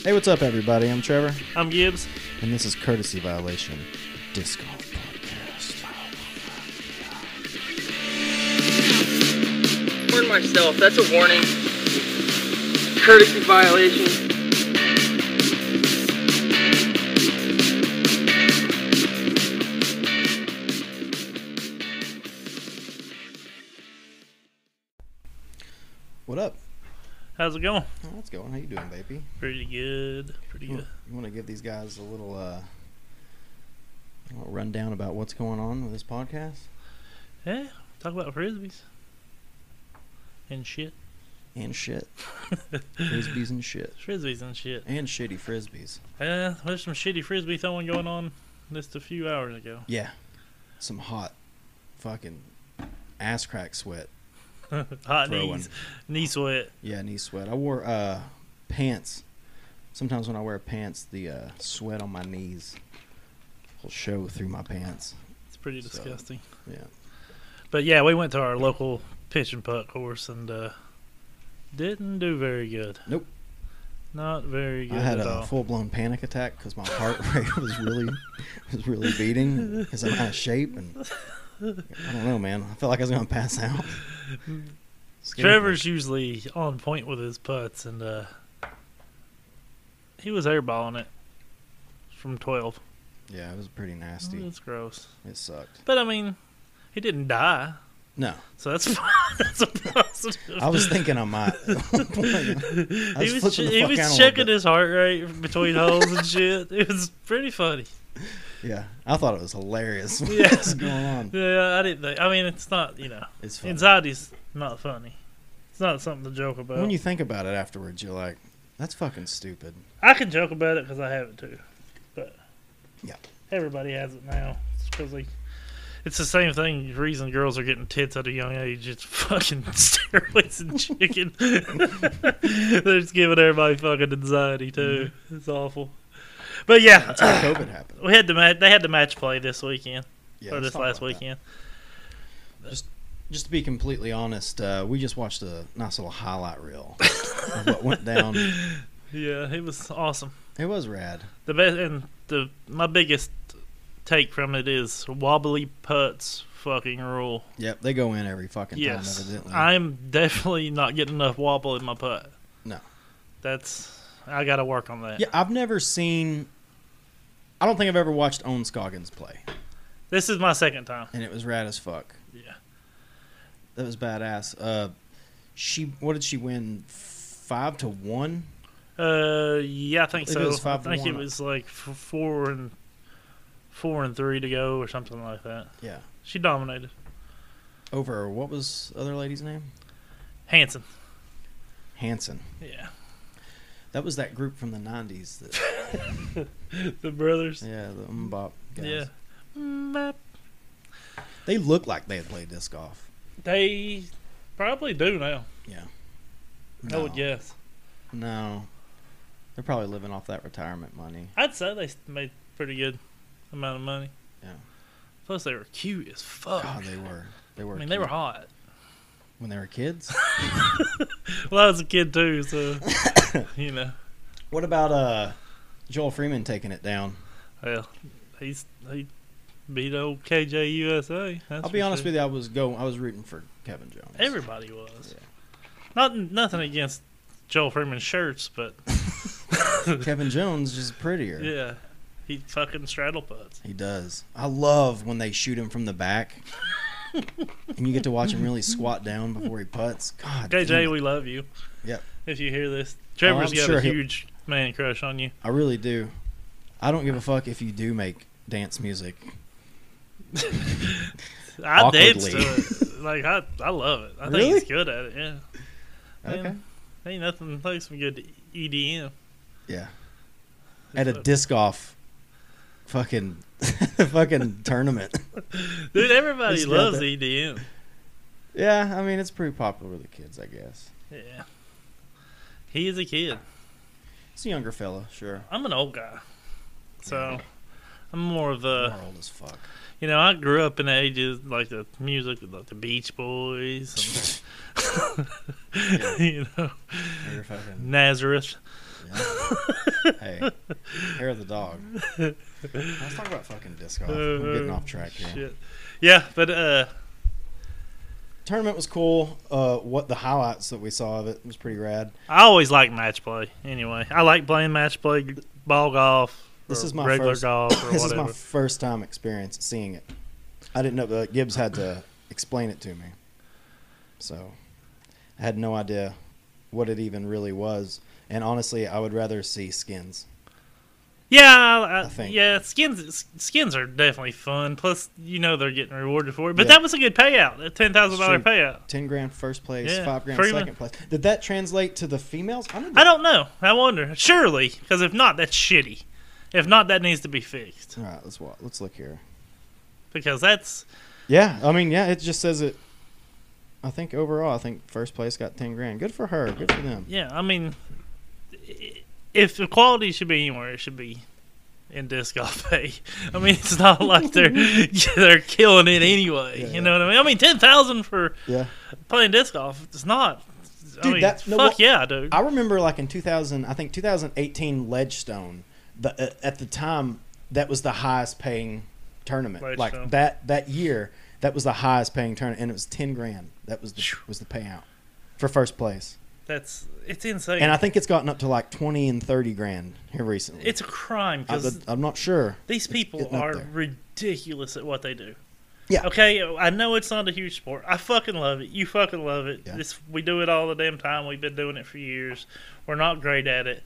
Hey, what's up, everybody? I'm Trevor, I'm Gibbs. and this is Courtesy Violation Disc Golf Podcast. warn myself. That's a warning. Courtesy violation. What up? How's it going? Oh, what's going? How you doing, baby? Pretty good. Pretty You, good. want to give these guys a little uh, a little rundown about what's going on with this podcast Hmm. Yeah. Talk about frisbees and shit. and shit, frisbees and shit, Frisbees and shit. and shitty frisbees. Yeah, there's some shitty frisbee throwing going on just a few hours ago. Yeah, some hot, fucking ass crack sweat. Hot Throwing. knees, knee sweat. Yeah, knee sweat. I wore uh, pants. Sometimes when I wear pants, the uh, sweat on my knees will show through my pants. It's pretty So, disgusting. yeah. But yeah, we went to our local pitch and putt course and uh, didn't do very good. Nope. Not very good I had at a all. full blown panic attack because my heart rate was really was really beating because I'm out of shape and I don't know, man. I felt like I was gonna pass out. Scared me. Trevor's usually on point with his putts, and uh, he was airballing it from 12. yeah, it was pretty nasty. Oh, That's gross. It sucked. But I mean, he didn't die, No, so that's that's a positive. I was thinking I might. at one point. I was he was, flipping che- the he fuck out a was little checking bit. his heart rate between holes and shit. It was pretty funny. yeah, I thought it was hilarious. What Yeah. was going on? Yeah, I didn't think. I mean, it's not you know, It's funny. anxiety's not funny. It's not something to joke about. when you think about it afterwards, you're like, "That's fucking stupid." I can joke about it because I have it too, but Yeah. everybody has it now. It's 'cause they. It's the same thing. The reason girls are getting tits at a young age, it's fucking steroids and chicken. They're just giving everybody fucking anxiety too. It's awful. But yeah, Mm-hmm. That's how COVID happened. we had the match. They had the match play this weekend Yeah, or let's this talk last about that. weekend. Just to be completely honest, uh, we just watched a nice little highlight reel of what went down. Yeah, it was awesome. It was rad. The best and the my biggest take from it is wobbly putts fucking rule. Yep, they go in every fucking Yes, time, evidently. I'm definitely not getting enough wobble in my putt. No. that's I got to work on that. yeah, I've never seen. I don't think I've ever watched Owen Scoggins play, This is my second time. and it was rad as fuck. Yeah, That was badass. Uh, she, what did she win? Five to one. uh, yeah, I think I believe so. it was five I to think it one. was like f- four and four and three to go or something like that. Yeah, She dominated. over what was other lady's name? Hanson. Hanson. Yeah, That was that group from the '90s. That, the brothers. yeah, the Mbop guys. Yeah. Mm, They looked like they had played disc golf. They probably do now. I would guess. No, they're probably living off that retirement money. I'd say they s- made pretty good amount of money. Yeah. Plus, they were cute as fuck. God, they were. They were. I mean, they were cute. hot. when they were kids. Well, I was a kid too, so you know. What about uh, Joel Freeman taking it down? Well, he's he beat old KJ USA. That's I'll be honest with you. I was go. I was rooting for Kevin Jones. Everybody was. Not nothing against Joel Freeman's shirts, but Kevin Jones is prettier. yeah, he fucking straddle putts. He does. I love when they shoot him from the back, and you get to watch him really squat down before he putts. God, damn KJ, it. we love you. Yep. If you hear this, Trevor's Oh, I'm got sure a he'll- huge man crush on you. I really do. I don't give a fuck if you do make dance music. I danced to Awkwardly. it. Like I, I love it. I Really? think he's good at it. Yeah. Okay. Man, ain't nothing like some good E EDM. Yeah. At a disc golf, fucking, fucking tournament. Dude, everybody He's got loves E that. EDM. Yeah, I mean it's pretty popular with the kids, I guess. Yeah. He is a kid. It's a younger fella, sure. I'm an old guy. So I'm more of a, More old as fuck. you know, I grew up in the ages like the music, like the Beach Boys, and, you know, You're fucking. Nazareth. Yeah. Okay. Hair of the dog. Let's talk about fucking disc golf. We're getting off track here. Shit. Yeah, but uh, Tournament was cool. Uh, what the highlights that we saw of it was pretty rad. I always like match play. Anyway, I like playing match play, ball golf. This or is my regular first- golf or this whatever. is my first time experience seeing it. I didn't know that Gibbs had to explain it to me, so I had no idea what it even really was. And honestly, I would rather see skins. yeah, I, I think. yeah. Skins skins are definitely fun. Plus, you know they're getting rewarded for it. But Yeah. that was a good payout. A ten thousand dollar Shoot. payout. Ten grand first place, Yeah, five grand pretty second place. Did that translate to the females? I don't. I don't know. I wonder. Surely, because if not, that's shitty. If not, that needs to be fixed All right, let's wa Let's look here. because that's Yeah, I mean, yeah, it just says it. I think overall, I think first place got ten grand. Good for her. Good for them. Yeah, I mean, i- if equality should be anywhere, it should be in disc golf pay. I mean, it's not like they're they're killing it anyway. Yeah, you yeah. know what I mean? I mean, ten thousand for Yeah. playing disc golf, it's not. I Dude, mean, that- fuck no, what- yeah, dude. I remember like in 2000, I think 2018 Ledgestone, the, uh, at the time that was the highest paying tournament. Ledgestone. Like that that year, that was the highest paying tournament and it was 10 grand. That was the was the payout for first place. That's it's insane. And I think it's gotten up to like 20 and 30 grand here recently. it's a crime I, because am not sure. these people getting up are there. ridiculous at what they do. Yeah. Okay, I know it's not a huge sport. I fucking love it. You fucking love it. Yeah. It's, we do it all the damn time. We've been doing it for years. We're not great at it.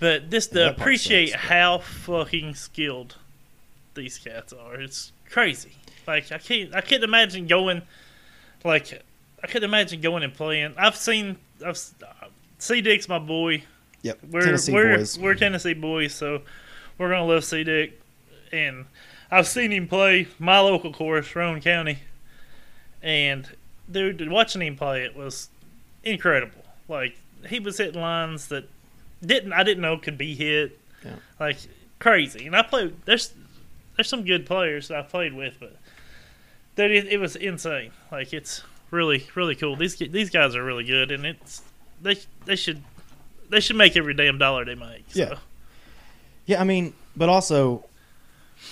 But Yeah, just to that part appreciate sucks, how fucking skilled these cats are. It's crazy. Like I can't I couldn't imagine going like I couldn't imagine going and playing. I've seen I've s- uh, C Dick's my boy. Yep. We're Tennessee we're boys. we're Tennessee boys, so we're gonna love C Dick. And I've seen him play my local course, Roan County, and dude, watching him play it was incredible. Like he was hitting lines that didn't I didn't know could be hit, Yeah. like crazy. And I played there's there's some good players that I played with, but dude, it, it was insane. Like it's really really cool. These ki- these guys are really good, and it's they they should they should make every damn dollar they make. So. Yeah. yeah, I mean, but also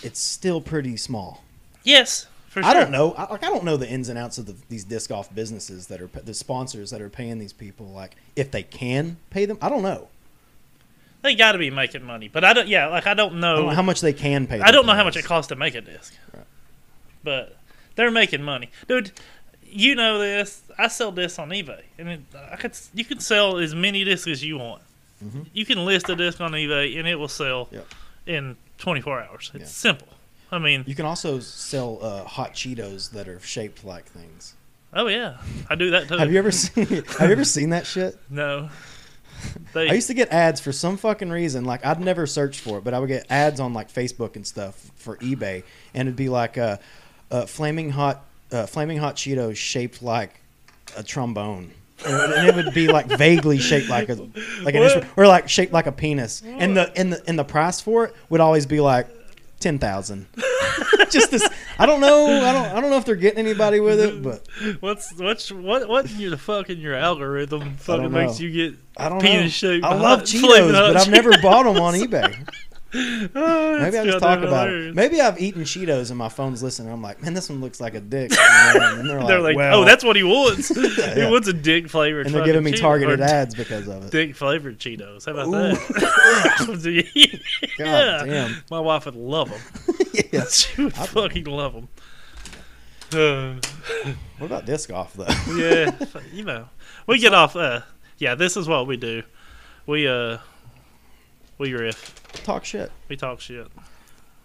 it's still pretty small. Yes. For sure. I don't know. I, like I don't know the ins and outs of the, these disc golf businesses that are pa- the sponsors that are paying these people. Like if they can pay them, I don't know. They got to be making money, but I don't. Yeah, like I don't know. I don't know how much they can pay. Oh. I don't them know for how much this. it costs to make a disc, Right. but they're making money, dude. You know this. I sell discs on eBay, and it, I could. You can sell as many discs as you want. Mhm. You can list a disc on eBay, and it will sell Yep. in 24 hours. It's Yeah. simple. I mean, You can also sell uh, hot Cheetos that are shaped like things. oh yeah, I do that too. Have you ever seen? have you ever seen that shit? no. I They, used to get ads for some fucking reason. Like I'd never search for it, but I would get ads on like Facebook and stuff for eBay, and it'd be like uh, uh, flaming hot, uh, flaming hot Cheetos shaped like a trombone. and and it would be like vaguely shaped like a like an What? instrument, or like shaped like a penis, and the and the and the price for it would always be like ten thousand. Just this, I don't know, I don't, I don't know if they're getting anybody with it, but what's what's what what in your the fuck in your algorithm fucking don't makes know. you get I don't know. penis shaped? I love Cheetos, but I've never bought them on eBay. Maybe I just talk about it. Maybe I've eaten Cheetos and my phone's listening. I'm like, man, this one looks like a dick. You know, and they're like, They're like, well, oh, that's what he wants. Yeah. He wants a dick flavored. and they're giving me targeted Cheetos, ads because of it. Dick flavored Cheetos. How about Ooh. that? God yeah. damn. My wife would love them. Yeah. She would I'd love fucking love them. Uh, What about disc golf though? yeah, f- you know, we get off. Uh, yeah, this is what we do. We uh, we riff. Talk shit. We talk shit,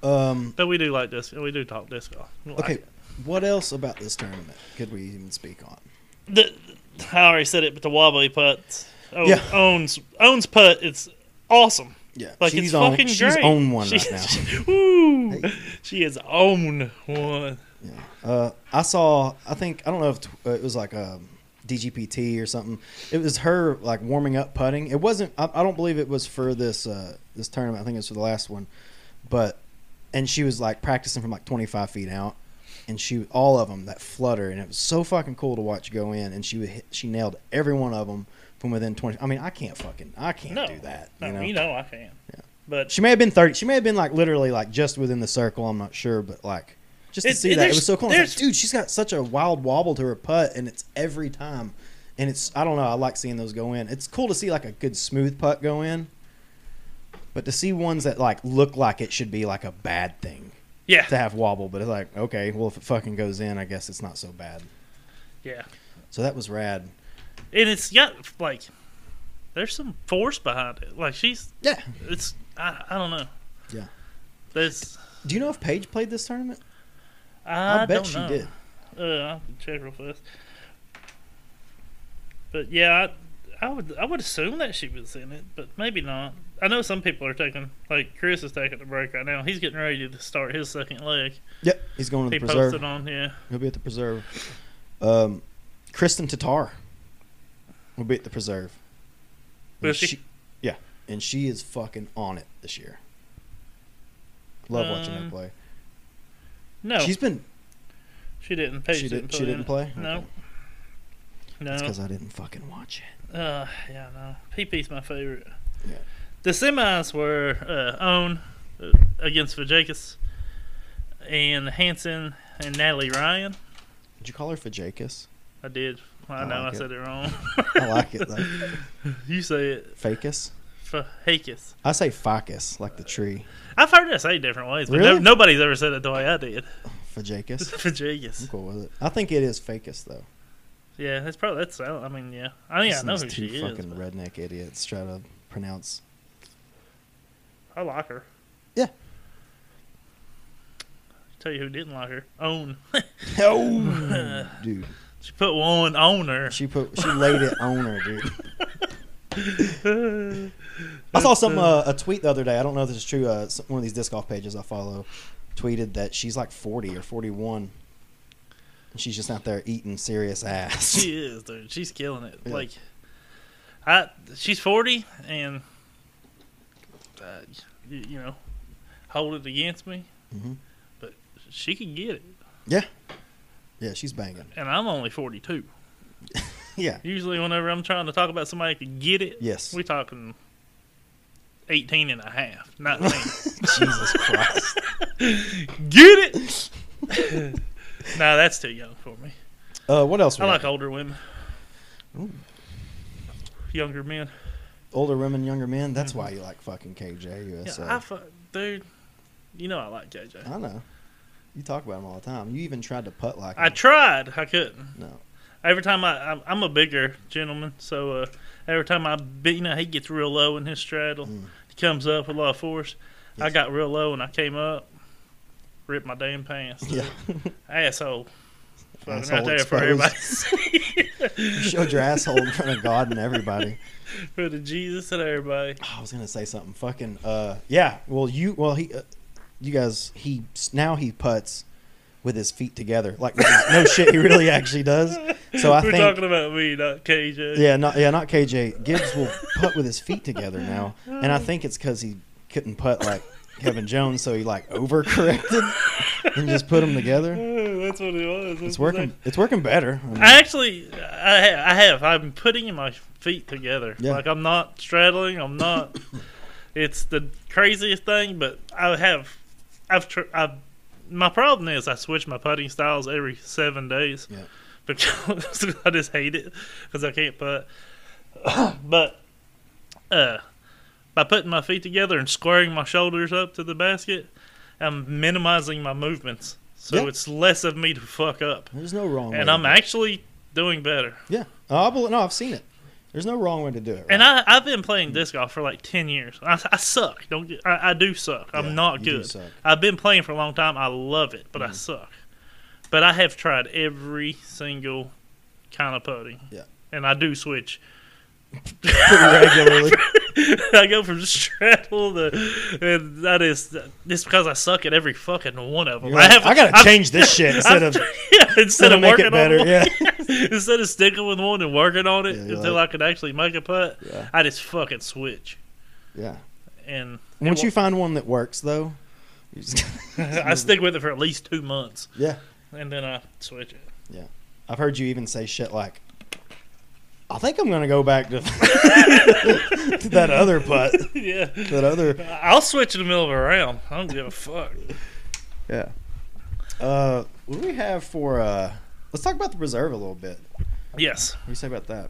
Um, but we do like this. We do talk disco. We like okay, it. what else about this tournament could we even speak on? the, I already said it, but the wobbly putt own, Yeah. owns owns putt. It's awesome. Yeah, Like she's it's on. fucking she's great. on one She's- right Woo! Hey. She is own one. now. Yeah. Uh, I saw. I think I don't know if t- uh, it was like a DGPT or something. It was her like warming up putting. It wasn't. I, I don't believe it was for this uh, this tournament. I think it was for the last one. but and she was like practicing from like 25 feet out and she all of them that flutter and it was so fucking cool to watch go in and she would hit, she nailed every one of them from within 20 i mean i can't fucking i can't No, do that no, you know? you know I can. But She may have been thirty. She may have been like literally like just within the circle. I'm not sure, but like just to It- see it- that it there's- was so cool. I was there's- like, Dude, she's got such a wild wobble to her putt, and it's every time. And it's I don't know. I like seeing those go in. It's cool to see like a good smooth putt go in, but to see ones that like look like it should be like a bad thing yeah, to have wobble, but it's like okay, well if it fucking goes in, I guess it's not so bad. yeah. So that was rad. And it's got like there's some force behind it. Like she's Yeah. it's I, I don't know. Yeah. There's Do you know if Paige played this tournament? I, bet don't she know. did. Uh, I'll check real fast. But yeah, I, I would I would assume that she was in it, but maybe not. I know some people are taking like Chris is taking a break right now. He's getting ready to start his second leg. Yep. He's going to He the preserve. posted on yeah. He'll be at the preserve. Um, Kristen Tatar will be at the preserve. Will And she? Yeah, and she is fucking on it this year. Love watching her Um, play. No, She's been. she didn't. Paige she didn't. didn't. She didn't in it. play. No, Okay. no. That's because I didn't fucking watch it. Uh, yeah, no. PP's my favorite. Yeah. The semis were uh, Own uh, against Vajakis and Hanson and Natalie Ryan. Did you call her Fajakis? I did. I, I know like I it. said it wrong. I like it. Like you say it. Fakus. Fajakis. I say Ficus, like the tree. I've heard it say different ways, but no, Really? nobody's ever said it the way I did. Fajakis. I'm Vajakis. cool with it. I think it is Fakus though. Yeah, that's probably that's. I mean, yeah. I mean, I Just know these who she two is. fucking but redneck idiots try to pronounce. I like her. Yeah. Tell you who didn't like her. Own. Oh, dude. she put one on her. She put she laid it on her, dude. Uh, I saw some uh, a tweet the other day. I don't know if this is true. Uh, s- one of these disc golf pages I follow tweeted that she's like forty or forty one. And she's just out there eating serious ass. she is, dude. She's killing it. Yeah. Like, I she's forty, and uh, you, you know, hold it against me, Mhm. but she can get it, yeah, she's banging. and I'm only forty two. Yeah. Usually, whenever I'm trying to talk about somebody that can get it, Yes. we talking 18 and a half, 19. Jesus Christ. get it. no, that's too young for me. Uh, what else? We I got? like older women. Ooh. Younger men. Older women, younger men. That's why you like fucking KJ Mm-hmm. Yeah, USA. I fu- dude, you know I like KJ. I know. You talk about him all the time. You even tried to putt like I him. tried. I couldn't. no. Every time I, I'm, I'm a bigger gentleman, so uh, every time I, be- you know, he gets real low in his straddle. Mm. He comes up with a lot of force. I Yes. got real low and I came up, ripped my damn pants. Yeah. Asshole. Fucking Asshole out there exposed. for everybody. to see. You showed your asshole in front of God and everybody. for the Jesus and everybody. I was gonna say something. Fucking uh, yeah. Well, you well he, uh, you guys. He now he puts with his feet together. Like no shit, he really actually does. So I We're think talking about me, not KJ. yeah, not yeah, not KJ Gibbs will putt with his feet together now, and I think it's because he couldn't putt like Kevin Jones, so he like overcorrected and just put them together. Oh, that's what it was. That's It's working. It's working better. I mean, I actually, I, ha- I have. I'm putting my feet together. Yeah. Like I'm not straddling. I'm not. it's the craziest thing, but I have. I've. Tr- I've. My problem is I switch my putting styles every seven days. Yeah. Because I just hate it because I can't putt. but, uh, by putting my feet together and squaring my shoulders up to the basket, I'm minimizing my movements. So Yeah. it's less of me to fuck up there's no wrong. way and to I'm do it. actually doing better. yeah. Oh, I believe, no, I've seen it. There's no wrong way to do it. And I, I've been playing disc golf for like ten years. I, I suck. Don't get, I, I do suck. I'm Yeah, not you do good. suck. Mm-hmm. I've been playing for a long time. I love it, but I suck. But I have tried every single kind of putting. Yeah. And I do switch. right? regularly. I go from straddle to, and that is it's because I suck at every fucking one of them. You're like, I have I gotta I've- change this shit instead I've- of yeah, instead instead of of make working it better. on one, Yeah. instead of sticking with one and working on it Yeah, you're until I can actually make a putt, Yeah. I just fucking switch. Yeah. And it Once you won't- find one that works, though, you just I stick with it for at least two months, yeah. and then I switch it. I've heard you even say shit like, I think I'm gonna go back to, to that other putt. yeah. That other I'll switch in the middle of a round. I don't give a fuck. yeah. Uh, what do we have for? Uh, let's talk about the preserve a little bit. Yes. What do you say about that?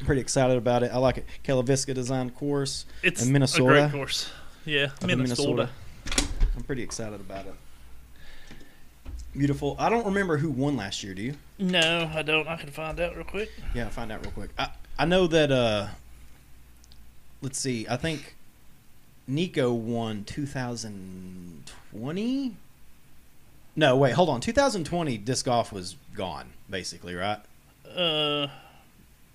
I'm pretty excited about it. I like it. Kalaviska designed course. It's In a Minnesota? great course. Yeah, up in Minnesota. I'm pretty excited about it. Beautiful. I don't remember who won last year. Do you? No, I don't. I can find out real quick. Yeah, find out real quick. I, I know that. uh Let's see. I think Nico won 2020. No, wait, hold on. 2020 disc golf was gone, basically, right? Uh,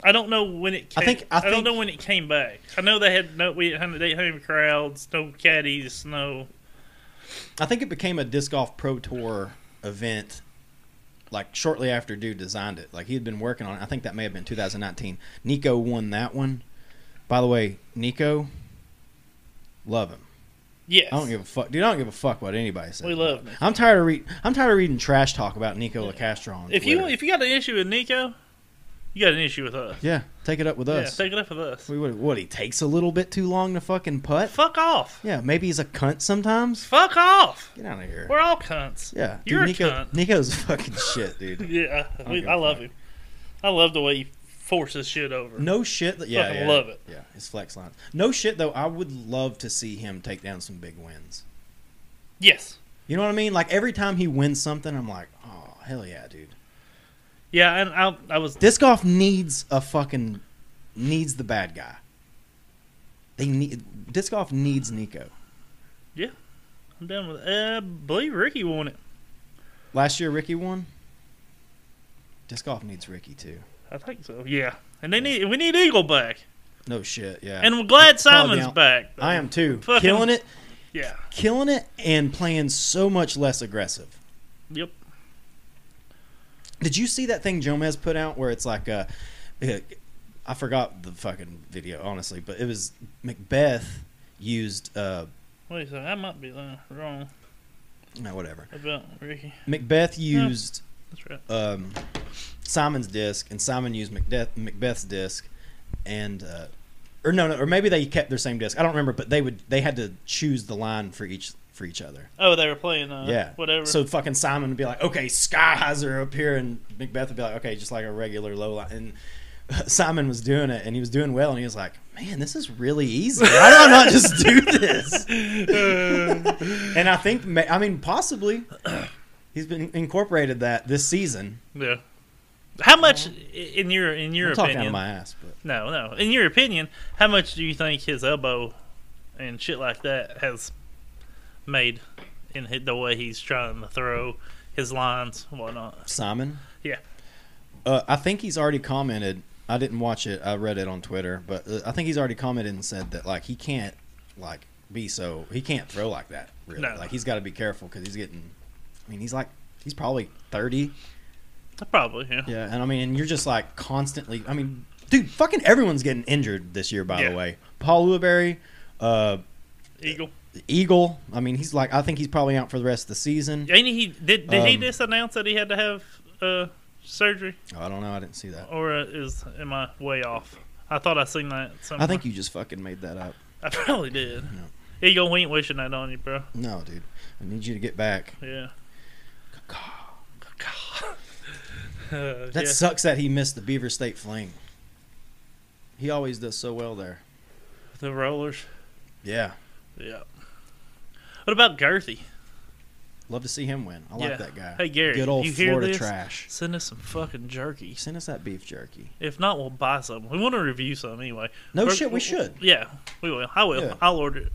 I don't know when it. Came, I think- I don't think- know when it came back. I know they had no. We had they had no crowds, no caddies, no. I think it became a disc golf pro tour event like shortly after dude designed it. Like he had been working on it. I think that may have been 2019. Nico won that one. By the way, Nico, love him. Yes. I don't give a fuck, dude. I don't give a fuck what anybody says. We love Nico. I'm tired of read. I'm tired of reading trash talk about Nico LaCastro on if you Twitter. if you got an issue with Nico, you got an issue with us. yeah, take it up with us. Yeah, take it up with us. we what, what? He takes a little bit too long to fucking putt. Fuck off. Yeah, maybe he's a cunt sometimes. Fuck off. Get out of here. We're all cunts. Yeah, dude, You're a Nico, cunt. Nico's fucking shit, dude. Yeah, don't we, give a I love fuck. him. I love the way he forces shit over. No shit. That, yeah, Fucking yeah, love it. Yeah, his flex lines. No shit though. I would love to see him take down some big wins. Yes. You know what I mean? Like every time he wins something, I'm like, oh hell yeah, dude. Yeah, and I, I was Disc golf needs a fucking needs the bad guy. They need disc golf needs Nico. I'm down with. Uh, I believe Ricky won it. Last year Ricky won. Disc golf needs Ricky too. I think so. Yeah, and they need we need Eagle back, No shit. Yeah. and we're glad Probably Simon's out. back. I am too. Fucking- Killing it, Yeah. killing it, and playing so much less aggressive. Yep. Did you see that thing Jomez put out where it's like uh, I forgot the fucking video honestly, but it was Macbeth used uh Wait a second. I might be uh, wrong no whatever. about Ricky. Macbeth used That's right. um Simon's disc and Simon used Macbeth, Macbeth's disc and uh or no, no, or maybe they kept their same disc. I don't remember, but they would they had to choose the line for each for each other. Oh, they were playing. Uh, yeah, Whatever. So fucking Simon would be like, "Okay, sky highs are up here," and Macbeth would be like, "Okay, just like a regular low line." And uh, Simon was doing it, and he was doing well, and he was like, "Man, this is really easy. Why do I not just do this?" and I think, ma- I mean, possibly he's been incorporated that this season. yeah. How much i- in your in your I'm talking out of opinion? my ass, but No, no. In your opinion, how much do you think his elbow and shit like that has made in hi- the way he's trying to throw his lines, whatnot? Simon, Yeah. Uh, I think he's already commented. I didn't watch it. I read it on Twitter, but uh, I think he's already commented and said that like he can't like be so he can't throw like that. Really, No. like he's got to be careful because he's getting. I mean, he's like he's probably thirty. Probably. Yeah. Yeah, and I mean, and you're just like constantly. I mean, dude, fucking everyone's getting injured this year. By Yeah. the way, Paul Lewisberry, uh, Eagle. Eagle. I mean, he's like I think he's probably out for the rest of the season. Ain't he? Did did he Um, just announce that he had to have uh, surgery, Oh, I don't know. I didn't see that. or is am I way off? I thought I seen that. Somewhere. I think you just fucking made that up. I probably did. No. Eagle, we ain't wishing that on you, bro. No, dude. I need you to get back. Yeah. Uh, That yeah. sucks that he missed the Beaver State Fling. He always does so well there. the rollers. Yeah, Yeah. What about Girthy? love to see him win. I like Yeah. that guy. Hey Gary, Good old you hear Florida this? trash. Send us some fucking jerky. Send us that beef jerky. If not, we'll buy some. We want to review some anyway. No We're- shit, we should. Yeah, we will. I will. Yeah. I'll order it.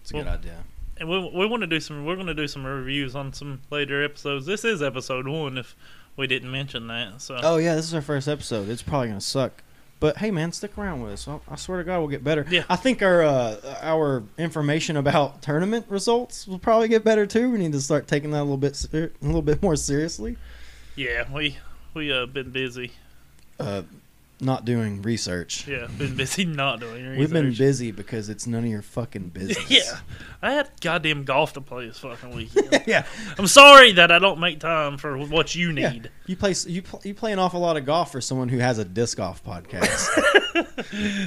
It's a Well- good idea. And we we want to do some. We're going to do some reviews on some later episodes. This is episode one. If we didn't mention that, so Oh yeah, this is our first episode. It's probably gonna suck, but hey man, stick around with us. I, I swear to God, we'll get better. Yeah. I think our uh, our information about tournament results will probably get better too. We need to start taking that a little bit ser- a little bit more seriously. yeah, we we uh been busy. Uh, not doing research. Yeah, been busy not doing research. We've been busy because it's none of your fucking business. Yeah, I had goddamn golf to play this fucking weekend. yeah, I'm sorry that I don't make time for what you yeah. need. You play you pl- you play an awful lot of golf for someone who has a disc golf podcast.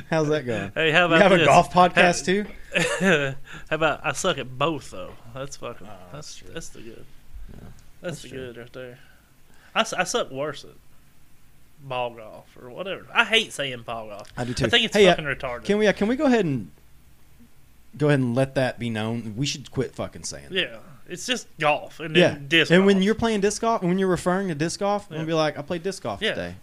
How's that going? Hey, how You about have a this? golf podcast too? how about I suck at both though? That's fucking. Ah, that's that's the good. that's, that's the true. good right there. I, s- I suck worse at ball golf or whatever. I hate saying ball golf. I do too. I think it's hey, uh, fucking retarded. can we uh, can we go ahead and go ahead and let that be known? We should quit fucking saying. that. yeah, it's just golf and Yeah. then disc. and when golf. you're playing disc golf, and when you're referring to disc golf, I'm Yeah. gonna be like, I played disc golf Yeah. today,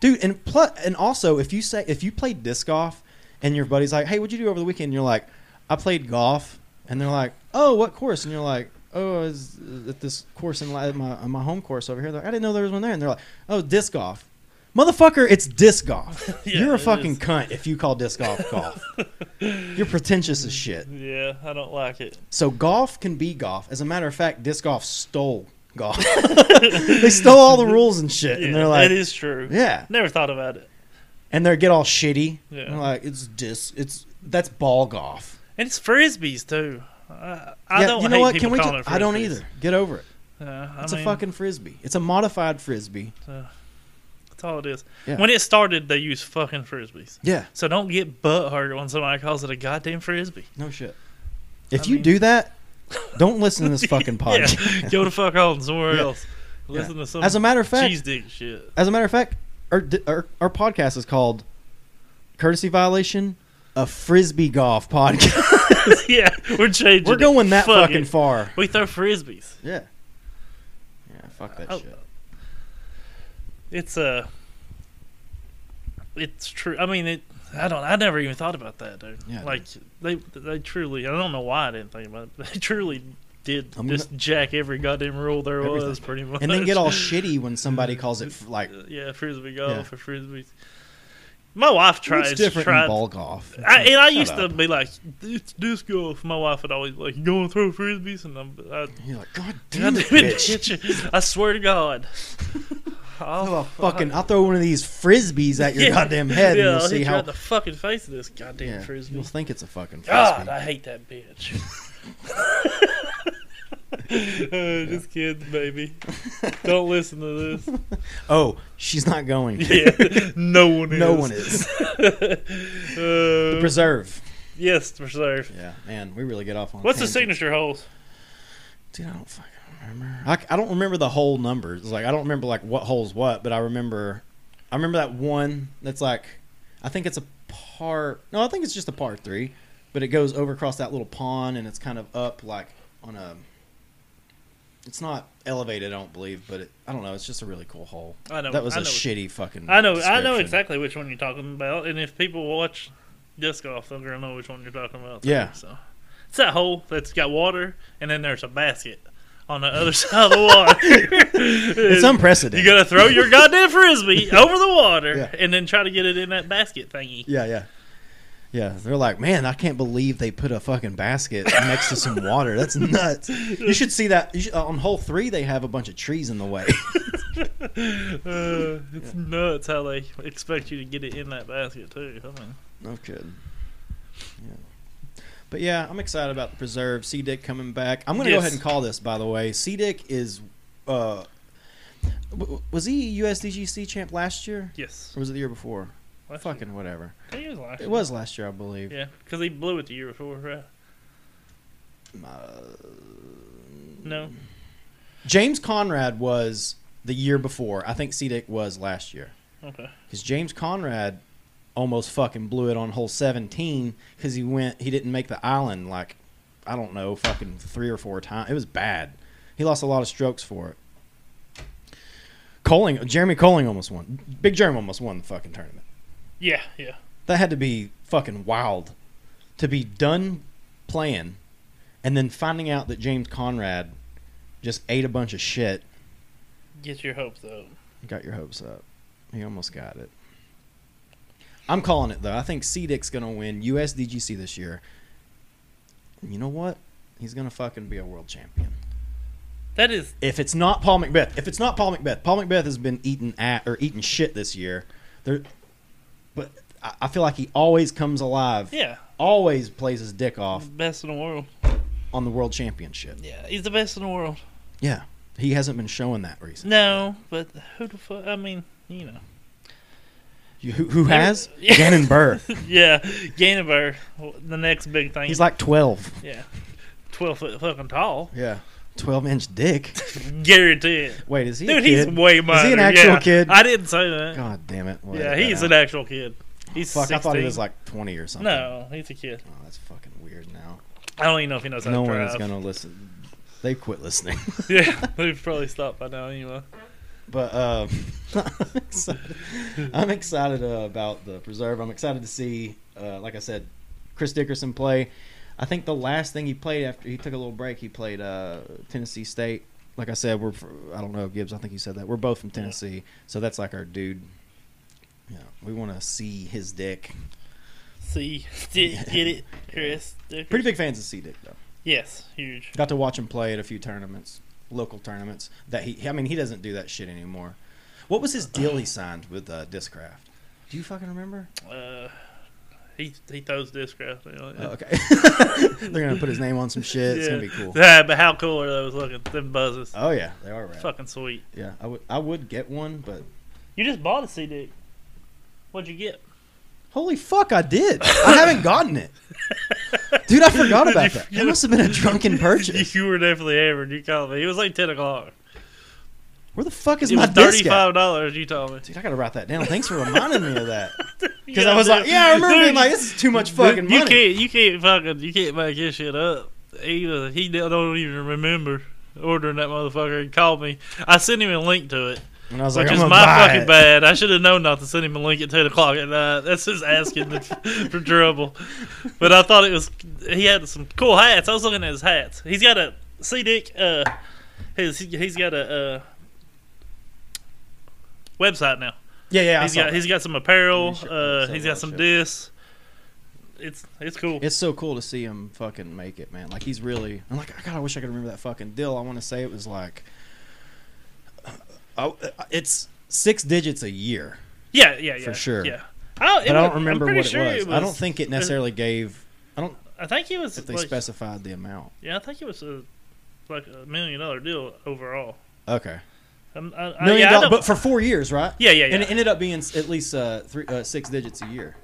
dude. And plus, and also, if you say if you played disc golf, and your buddy's like, Hey, what'd you do over the weekend? And you're like, I played golf, and they're like, Oh, what course? And you're like, Oh, is at this course in li- at my, at my home course over here. They're like, I didn't know there was one there. And they're like, Oh, disc golf. Motherfucker, it's disc golf. Yeah, You're a it fucking is. cunt if you call disc golf golf. You're pretentious as shit. yeah, I don't like it. So golf can be golf. As a matter of fact, disc golf stole golf. they stole all the rules and shit, and Yeah, they're like, that is true. yeah, Never thought about it. and they get all shitty. Yeah. And they're like, it's disc, it's that's ball golf. And it's frisbees too. I, I yeah, don't you know hate what? people Can we? calling ju- it I don't frisbees. either. Get over it. Yeah, I It's mean, a fucking frisbee. It's a modified frisbee. That's all it is. Yeah. When it started, they used fucking frisbees. Yeah, So don't get butt hurt when somebody calls it a goddamn frisbee. no shit. If I you mean- do that, don't listen to this fucking podcast. Yeah, go to fuck on somewhere Yeah. else. Listen to some As a matter of fact, cheese dick shit. As a matter of fact, our, our, our podcast is called Courtesy Violation, a Frisbee Golf podcast. yeah, we're changing. We're it. going that Fuck fucking it. far. We throw frisbees. Yeah. Yeah, fuck that Oh. shit. It's uh It's true. I mean, it. I don't. I never even thought about that, dude. Yeah, like they, they truly. I don't know why I didn't think about it. But they truly did I'm just jack every goddamn rule there Everything. was, pretty much. And then get all shitty when somebody calls it f- like Uh, yeah, frisbee golf or frisbees. My wife tries. it's different tried, than ball golf. I, and I Shut used to up. be like, it's disc golf. My wife would always like, you going to throw frisbees? And I'm, I, You're like, God God damn it, damn it, bitch. bitch. I swear to God. I'll, I'll fucking I'll throw one of these frisbees at your Yeah. goddamn head Yeah, and I'll you'll see hit you how right in the fucking face of this goddamn yeah, frisbee. you'll think it's a fucking frisbee. God, I hate that bitch. Uh, Just kidding, baby. Don't listen to this. oh, she's not going. Yeah, no one is. No one is. The uh, preserve. yes, preserve. Yeah, man, we really get off on What's the tangents. signature holes? Dude, I don't fucking remember. I, I don't remember the whole numbers. Like I don't remember like what holes what, but I remember. I remember that one that's like, I think it's a par. No, I think it's just a par three, but it goes over across that little pond and it's kind of up like on a. It's not elevated, I don't believe, but it, I don't know. It's just a really cool hole. I know. That was I a know, shitty fucking. I know. I know description. exactly which one you're talking about. And if people watch disc golf, they're gonna know which one you're talking about. Yeah. So it's that hole that's got water, and then there's a basket on the other side of the water. It's unprecedented. You gotta throw your goddamn frisbee over the water, Yeah. and then try to get it in that basket thingy. Yeah, yeah. Yeah, they're like, man, I can't believe they put a fucking basket next to some water. That's nuts. You should see that you should, on hole three. They have a bunch of trees in the way. Uh, it's nuts how they expect you to get it in that basket too. I mean, no kidding. Yeah. But yeah, I'm excited about the preserve. C Dick coming back. I'm gonna go Yes. ahead and call this. By the way, C Dick is, uh, w- was he USDGC champ last year yes. or was it the year before? Last fucking whatever. year. He was last It year. was last year, I believe. Yeah, because he blew it the year before, right? Uh, No. James Conrad was the year before. I think C Dick was last year. Okay. because James Conrad almost fucking blew it on hole 17 because he went he didn't make the island like I don't know fucking three or four times. It was bad. He lost a lot of strokes for it. Coling, Jeremy Coling almost won. Big Jeremy almost won the fucking tournament. Yeah. Yeah. That had to be fucking wild to be done playing and then finding out that James Conrad just ate a bunch of shit. Get your hopes up. Got your hopes up. He almost got it. I'm calling it though. I think CDIC's gonna win USDGC this year. And you know what? He's gonna fucking be a world champion. That is If it's not Paul Macbeth, if it's not Paul Macbeth, Paul Macbeth has been eating at or eating shit this year. There, But I, I feel like he always comes alive. Yeah, Always plays his dick off best in the world. on the world championship. Yeah, he's the best in the world. Yeah, he hasn't been showing that recently. No, but who the fuck? I mean, you know. You- Who, who has? Yeah. Gannon Burr. Yeah, Ganniver, the next big thing. He's like twelve. yeah, twelve foot fucking tall. Yeah, twelve inch dick. Guarantee it. Wait, is he? a Dude, he's kid? way minor. an actual yeah. kid? I didn't say that. God damn it! We'll yeah, edit that he's out. an actual kid. He's Fuck, 16. I thought he was like twenty or something. No, he's a kid. Oh, that's fucking weird. Now I don't even know if he knows how no to one drive. is gonna listen. They quit listening. yeah, they've probably stopped by now anyway. But uh, I'm excited, I'm excited uh, about the preserve. I'm excited to see, uh, like I said, Chris Dickerson play. I think the last thing he played after he took a little break, he played uh, Tennessee State. Like I said, we're fr I don't know Gibbs. I think you said that we're both from Tennessee, so that's like our dude. Yeah, we want to see his dick. See, did get it, Chris? Pretty big fans of C Dick though. Yes, huge. Got to watch him play at a few tournaments, local tournaments. That he, I mean, he doesn't do that shit anymore. What was his deal he signed with uh, Discraft? Do you fucking remember? Uh, he he throws discraft. You know, Oh, okay, they're gonna put his name on some shit. It's gonna be cool. Uh, Yeah, but how cool are those looking? Them buzzes, Oh yeah, they are rad. fucking sweet. Yeah, I would, I would get one, but You just bought a CD. What'd you get? holy fuck, I did. I haven't gotten it, dude. I forgot about that. That must have been a drunken purchase. you were definitely hammered. You called me. It was like ten o'clock. Where the fuck is it my was disc? at? thirty-five dollars. You told me Dude, I gotta write that down. Thanks for reminding me of that. You Because I gotta was do like, it. yeah, I remember Dude, being like, this is too much fucking you money. can't, you can't fucking, you can't make his shit up. Either he don't- don't even remember ordering that motherfucker. He called me. I sent him a link to it, And I was which like, I'm is gonna my buy fucking it. bad. I should have known not to send him a link at ten o'clock at night. That's just asking for trouble. But I thought it was. He had some cool hats. I was looking at his hats. He's got a see Dick. Uh, his he's got a uh, website now. Yeah, yeah. I He's saw got that. he's got some apparel. He should Uh, sell he's that got some shit. discs. It's it's cool. It's so cool to see him fucking make it, man. Like he's really. I'm like, God, I wish I could remember that fucking deal. I want to say it was like, oh, it's six digits a year, yeah, yeah, yeah, for sure. Yeah, I, it but I was- don't I'm remember pretty what sure it, was. I don't think it necessarily gave I think it was. if they like, specified the amount. yeah, I think it was a, like a million dollar deal overall. Okay, I'm, I, I, million Uh, yeah, I dollars, don't- but for four years, right? yeah, yeah, yeah, And it ended up being s- at least uh, three, uh, six digits a year.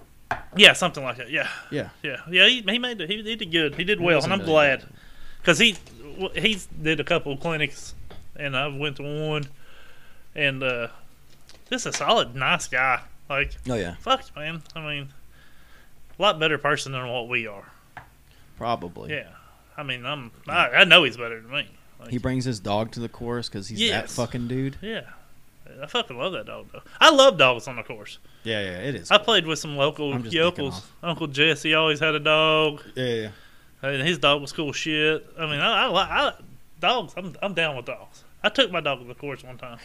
yeah, something like that. Yeah, Yeah. yeah, yeah. He, he made it. He, he did good. He did He well, was a and I'm million. glad because he w- he's did a couple of clinics, and I went to one, and uh, this is a solid, nice guy. Like Oh yeah, Fuck, man. I mean, a lot better person than what we are. probably. Yeah. I mean, I'm. I, I know he's better than me. Like, He brings his dog to the course because he's that Yes. fucking dude. yeah. I fucking love that dog though. I love dogs on the course. Yeah, yeah, it is. I cool. played with some I'm local just yokels. dicking Uncle Jesse always had a dog, Yeah, yeah, yeah. and his dog was cool shit. I mean, I, I, li- I dogs. I'm I'm down with dogs. I took my dog to the course one time,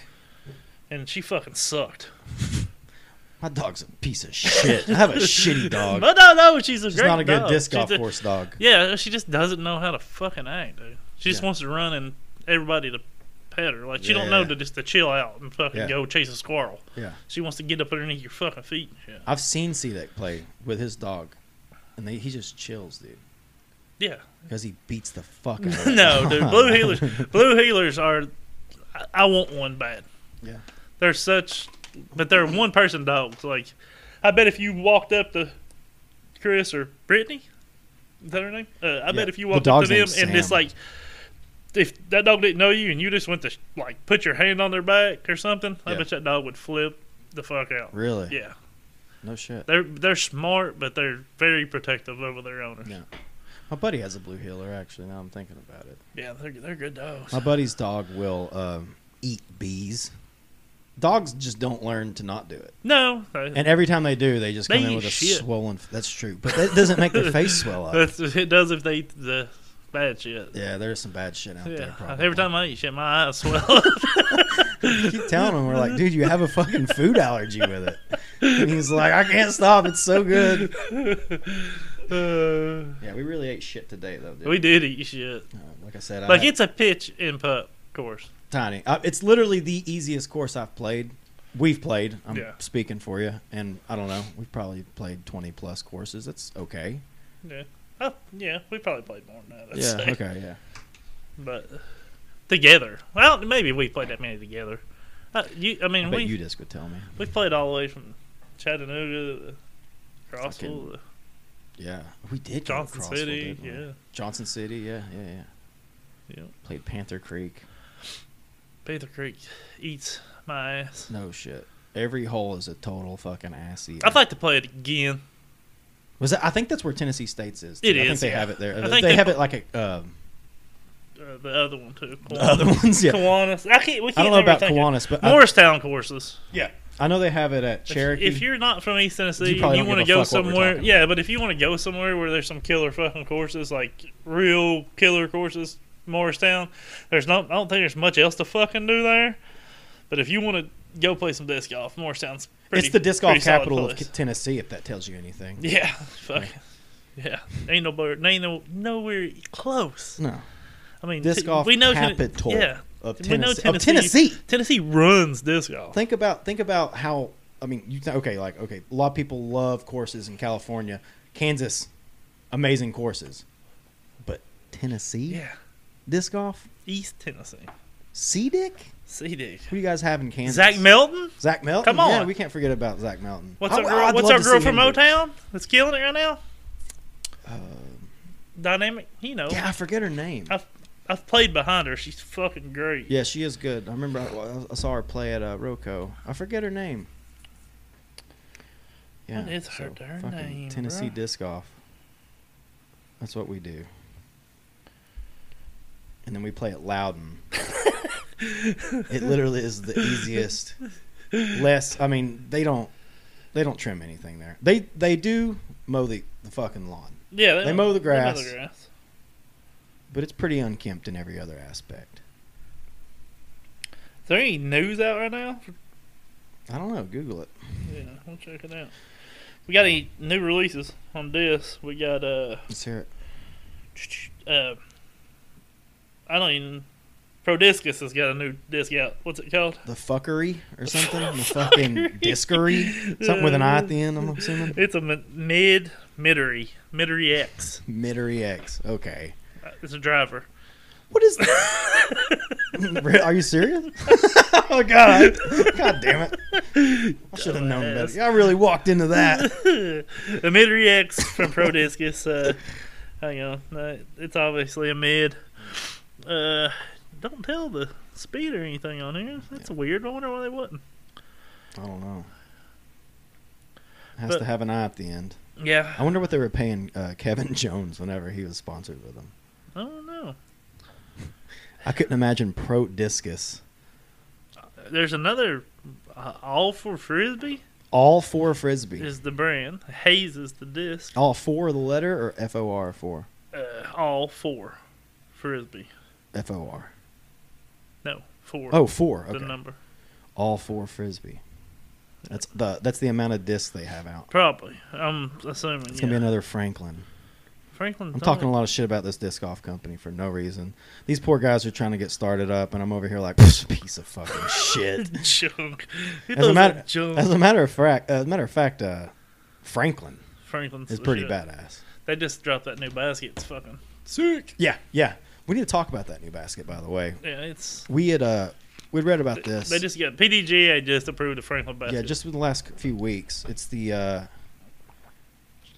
and she fucking sucked. My dog's a piece of shit. I have a shitty dog. But no, no, she's a She's great not a good dog. disc She's golf a- course dog. Yeah, uh, she just doesn't know how to fucking act, dude. She just Yeah. wants to run and everybody to pet her. Like she don't Yeah. know to just to chill out and fucking Yeah. go chase a squirrel. Yeah. She wants to get up underneath your fucking feet and shit. I've seen Cedric play with his dog, and they, he just chills, dude, Yeah. because he beats the fuck out of it. no, dude. Blue healers blue healers are I, I want one bad. Yeah. They're such but they're one person dogs. Like I bet if you walked up to Chris or Brittany, is that her name? Uh, I Yeah. bet if you The walked up dog's to them name's and just Sam. like if that dog didn't know you and you just went to like put your hand on their back or something, I Yeah. bet that dog would flip the fuck out. Really? Yeah, No shit. they're they're smart, but they're very protective over their owners. Yeah. My buddy has a blue healer, actually, now I'm thinking about it. Yeah, they're they're good dogs. My buddy's dog will um, eat bees. Dogs just don't learn to not do it. No, they- And every time they do, they just They come in eat with a shit. swollen. That's true. But that doesn't make their face swell up. that's, it does if they eat the bad shit. Yeah, there's some bad shit out there. Yeah, Probably. every time I eat shit, my eyes swell. up. keep telling him, we're like, dude, you have a fucking food allergy with it. And he's like, I can't stop. It's so good. Uh, Yeah, we really ate shit today, though, dude. we did eat shit. Uh, like I said, Like I had it's a pitch and pup course. tiny. Uh, it's literally the easiest course I've played. we've played. I'm Yeah. speaking for you, and I don't know. We've probably played twenty plus courses. That's okay. Yeah. Oh, yeah, we probably played more than that. I'd yeah. say. Okay. Yeah. But together, well, maybe we played that many together. Uh, you, I mean, I we bet you disc would tell me. we played all the way from Chattanooga, to Crossville, Yeah, we did. to go to Johnson Crossville, City. didn't we? Yeah, Johnson City. Yeah. Yeah. Yeah. yeah. Played Panther Creek. Panther Creek eats my ass. No shit. Every hole is a total fucking ass eater. I'd like to play it again. Was that, I think that's where Tennessee State's is. too. It I think is, they yeah. have it there. I They, think they- have it like a um, Uh, the other one too. the other ones. Yeah. Kiwanis. I can't. We can't I don't know never about think of- Kiwanis, but I, Morristown courses. I know they have it at If- Cherokee. If, you're not from East Tennessee You and probably you don't want to give a go fuck what we're somewhere, talking yeah, but if you want to go somewhere where there's some killer fucking courses, like real killer courses, Morristown, there's no, I don't think there's much else to fucking do there. But if you want to go play some disc golf, Morristown's pretty. it's the disc golf pretty solid capital of place. K- Tennessee, if that tells you anything. Yeah, fuck. Yeah, ain't nobody, ain't no, nowhere close. No, I mean, disc t- golf we know Ten- capital yeah, of, We know Tennessee, of Tennessee- Tennessee. Tennessee runs disc golf. Think about think about how I mean you th- okay like okay a lot of people love courses in California, Kansas, amazing courses, but Tennessee Yeah, disc golf, East Tennessee, C Dick. CD. Who do you guys have in Kansas? Zach Melton. Zach Melton. Come on. Yeah, we can't forget about Zach Melton. What's I- our girl? I'd what's love our to see girl from him do- Motown that's killing it right now? Um, Dynamic. You know, yeah, I forget her name. I've I've played behind her. She's fucking great. Yeah, she is good. I remember I, I saw her play at uh, Roco. I forget her name. What is her darn fucking name, Tennessee bruh? disc golf. That's what we do. And then we play at Loudon. it literally is the easiest. Less, I mean, they don't, they don't trim anything there. They they do mow the, the fucking lawn, yeah. They mow the They mow grass. the grass. but it's pretty unkempt in every other aspect. Is there any news out right now? I don't know. Google it. Yeah, we'll check it out. We got any new releases on this? We got uh, Let's hear it. uh, I don't even. Prodiscus has got a new disc out. What's it called? the fuckery or something, the fucking diskery, something with an I at the end. I'm assuming. It's a mi- mid middery middery X. Mittery X. Okay. Uh, It's a driver. What is? Re- Are you serious? oh god! God damn it! I should have known Dumbass. better. I really walked into that. the mid-reacts from Prodiscus. Uh, hang on, uh, it's obviously a mid. Uh, don't tell the speed or anything on here. That's weird. I wonder why they wouldn't. I don't know. Has But- to have an eye at the end. I Yeah, wonder what they were paying uh, Kevin Jones whenever he was sponsored with them. I don't know. I couldn't imagine pro discus. There's another uh, all for frisbee All four frisbee. is the brand. Hayes is the disc. All four of the letter or F O R four? Uh, all four frisbee. F O R. No, four. Oh, four. the Okay. number all four frisbee. That's the that's the amount of discs they have out. probably. I'm assuming. It's yeah. gonna be another Franklin. Franklin. I'm talking a lot of shit about this disc golf company for no reason. These poor guys are trying to get started up, and I'm over here like "Pfft, piece of fucking shit. junk. Who As a throws matter that junk? as a matter of fact, as a matter of fact, uh, Franklin Franklin's is the pretty Oh, shit. badass. They just dropped that new basket. It's fucking sick. Yeah, yeah. We need to talk about that new basket, by the way. Yeah, it's. We had uh we'd read about this. They just got PDGA just approved the Franklin basket. Yeah, just in the last few weeks. It's the uh,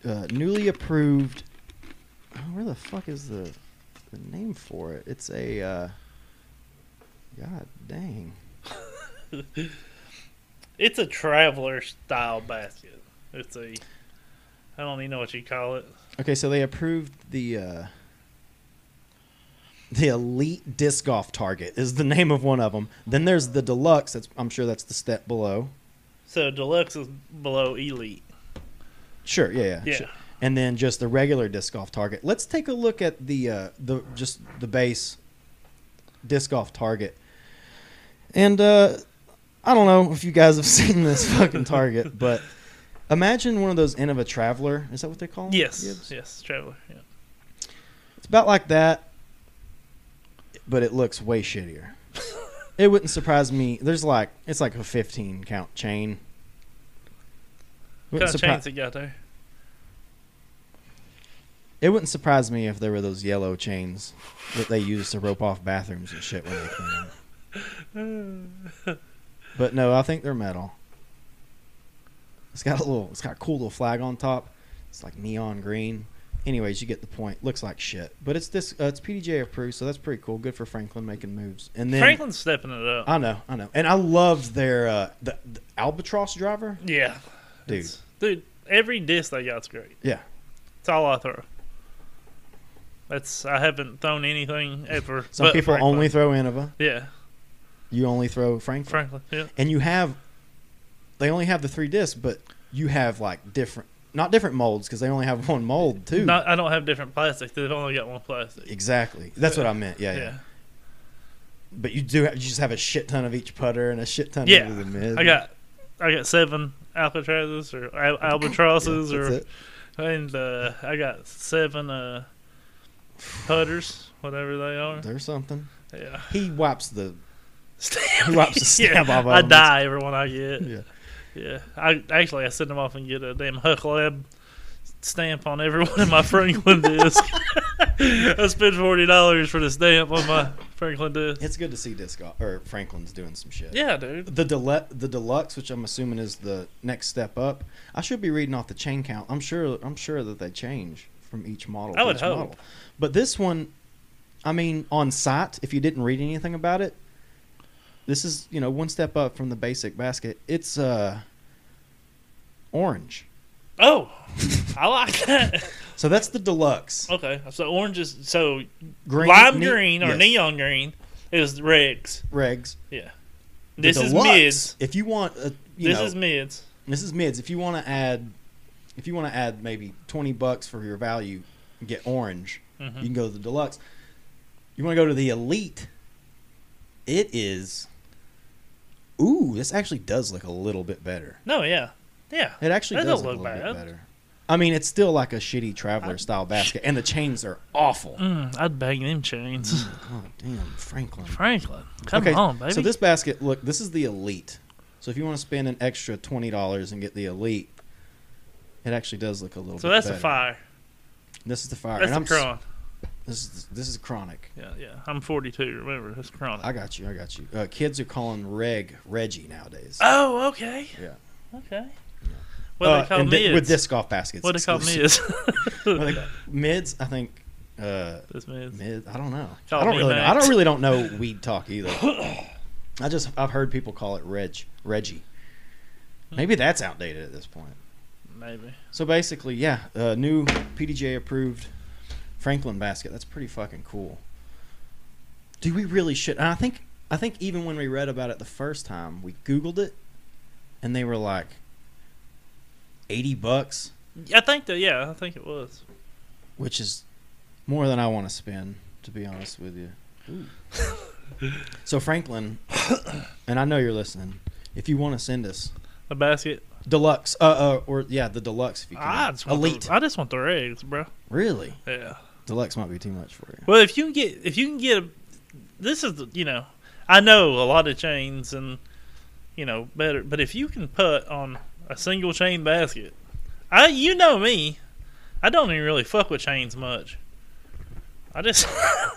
uh, newly approved. Oh, where the fuck is the the name for it? It's a. Uh, God dang. It's a traveler style basket. It's a. I don't even know what you call it. Okay, so they approved the. Uh, the elite disc golf target is the name of one of them. Then there's the deluxe. That's I'm sure that's the step below. So deluxe is below elite. Sure, yeah, yeah, Yeah. sure. And then just the regular disc golf target. Let's take a look at the uh, the just the base disc golf target. And uh, I don't know if you guys have seen this fucking target, but imagine one of those end of a traveler. Is that what they call? 'em? Yes. Gibbs? Yes. Traveler. Yeah. It's about like that, but it looks way shittier. It wouldn't surprise me. There's like it's like a 15 count chain. What kind Wouldn't of surpri- chains they got there? It wouldn't surprise me if there were those yellow chains that they use to rope off bathrooms and shit when they clean them. But no, I think they're metal. It's got a little, it's got a cool little flag on top. It's like neon green. Anyways, you get the point. Looks like shit, but it's this, uh, it's PDJ approved, so that's pretty cool. Good for Franklin making moves. And then Franklin's stepping it up. I know, I know, and I loved their uh, the, the albatross driver, yeah, dude. It's- dude. Every disc they got's great. Yeah. it's all I throw. That's I haven't thrown anything ever. Some but people Franklin. only throw Innova. yeah You only throw Franklin. Franklin yeah and you have they only have the three discs, but you have like different not different molds because they only have one mold too. Not, I don't have different plastics. They've only got one plastic. exactly. That's what I meant. Yeah, Yeah, yeah. But you do have, you just have a shit ton of each putter and a shit ton Yeah. of the mid. I got I got seven albatrosses or al- albatrosses Yeah, or that's it. and uh, I got seven uh, putters, whatever they are. There's something. Yeah. He wipes the Stamp. He wipes the stamp yeah, off of I them. die every one I get. Yeah. yeah. I actually I send them off and get a damn Huck Lab stamp on every one of my Franklin discs. I spent forty dollars for the stamp on my Franklin disc. It's good to see disc golf or Franklin's doing some shit. Yeah, dude. The delu- the deluxe, which I'm assuming is the next step up. I should be reading off the chain count. I'm sure I'm sure that they change from each model. I to would each hope. Model. But this one, I mean, on site, if you didn't read anything about it, this is you know one step up from the basic basket. It's uh orange, Oh, I like that. so that's the deluxe. Okay, so orange is so Green, Uh, lime ne- green or yes, neon green is regs. regs. Yeah, The this is deluxe, mids. If you want, a, you This know, is mids. This is mids. If you want to add, if you want to add maybe twenty bucks for your value, and get orange. Mhm. You can go to the deluxe. You want to go to the elite. It is. Ooh, this actually does look a little bit better. No, yeah, yeah. It actually That does don't look, look a little bad. bit better. I mean, it's still like a shitty traveler style basket, and the chains are awful. Mm, I'd bang them chains. God damn, Franklin. Franklin, come Mm. okay, on, baby. so this basket, look, this is the elite. So if you want to spend an extra twenty dollars and get the elite, it actually does look a little. so bit that's a better. fire. This is the fire. That's and a I'm, s- cron. This is this is chronic. Yeah, yeah. I'm 42. Remember, that's chronic. I got you. I got you. Uh, kids are calling Reg Reggie nowadays. oh, okay. Yeah. Okay. What do Uh, they call and thi- mids? with disc golf baskets. what do they call exclusive. mids? What do they call- mids, I think. Uh, This mids. mid, I don't know. Call I don't me really. Know. I Max. don't really don't know weed talk either. I just I've heard people call it Reg Reggie. Maybe that's outdated at this point. Maybe. So basically, yeah, uh, new PDJ approved Franklin basket. That's pretty fucking cool. Do we really should? And I think I think even when we read about it the first time, we Googled it, and they were like eighty bucks, I think that. Yeah, I think it was. which is more than I want to spend, to be honest with you. so Franklin, and I know you're listening. If you want to send us A basket. deluxe, uh, uh or yeah, the deluxe, if you can, I just want elite, The, I just want the eggs, bro. really, Yeah. deluxe might be too much for you. Well, if you can get if you can get a, this is the- you know, I know a lot of chains and you know better, but if you can put on a single chain basket, I you know me, I don't even really fuck with chains much. I just I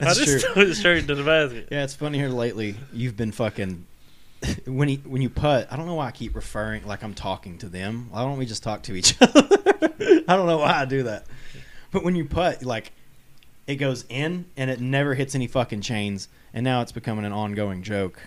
That's just true. throw it straight to the basket. Yeah, it's funny here lately. You've been fucking when he when you putt. I don't know why I keep referring like I'm talking to them. Why don't we just talk to each other? I don't know why I do that. But when you putt, like it goes in and it never hits any fucking chains. And now it's becoming an ongoing joke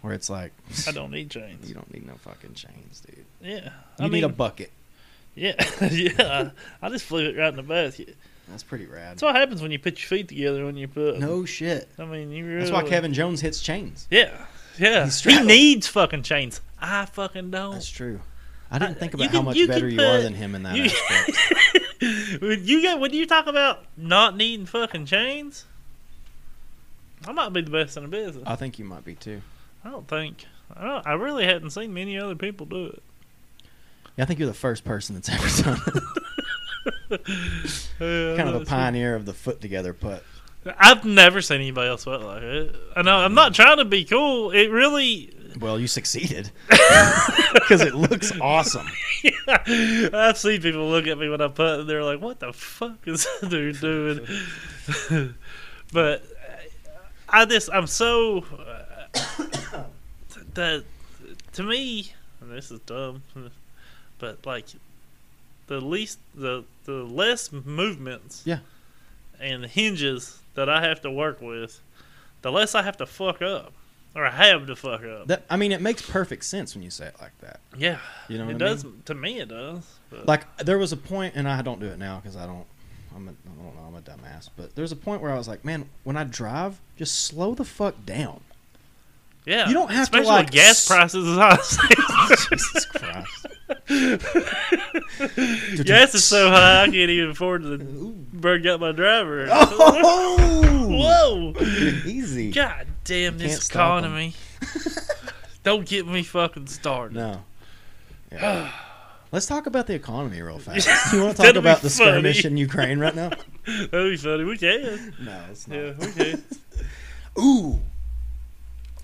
where it's like I don't need chains. you don't need no fucking chains, dude. You Yeah, I need mean, a bucket. yeah, yeah. I just flew it right in the basket. That's pretty rad. That's what happens when you put your feet together when you put. No shit. I mean you really. That's why Kevin Jones hits chains. Yeah, yeah. He's He straddled. needs fucking chains. I fucking don't. That's true. I didn't I- think you about how can- much you better can you are put- than him in that you- aspect. When you get when you talk about not needing fucking chains, I might be the best in the business. I think you might be too. I don't think. I don't. I really hadn't seen many other people do it. Yeah, I think you're the first person that's ever done it. Yeah, kind of no, a it's- pioneer of the foot together putt. I've never seen anybody else sweat like it. I know. I'm not trying to be cool. It really. Well, you succeeded because it looks awesome. I've seen people look at me when I put, and they're like, "What the fuck is that dude doing?" but uh, I just, I'm so uh, that to me, and this is dumb, but like the least, the the less movements, Yeah. and hinges that I have to work with, the less I have to fuck up, or I have to fuck up. That I mean, it makes perfect sense when you say it like that. yeah, You know, what it I does Mean? to me. It does. But, Like there was a point, and I don't do it now because I don't. I'm a, I don't know. I'm a dumbass. But there's a point where I was like, man, when I drive, just slow the fuck down. yeah, you don't have to, especially like, with s- gas prices as high. as- Jesus Christ. gas is so high I can't even afford to Ooh. bring out my driver. Oh, Whoa! easy. God damn can't this stop 'em. economy! don't get me fucking started. No. Yeah. Let's talk about the economy real fast. You want to talk That'd be about the skirmish funny. in Ukraine right now? That'd be funny. We can. No, it's not. Yeah, we can. Ooh.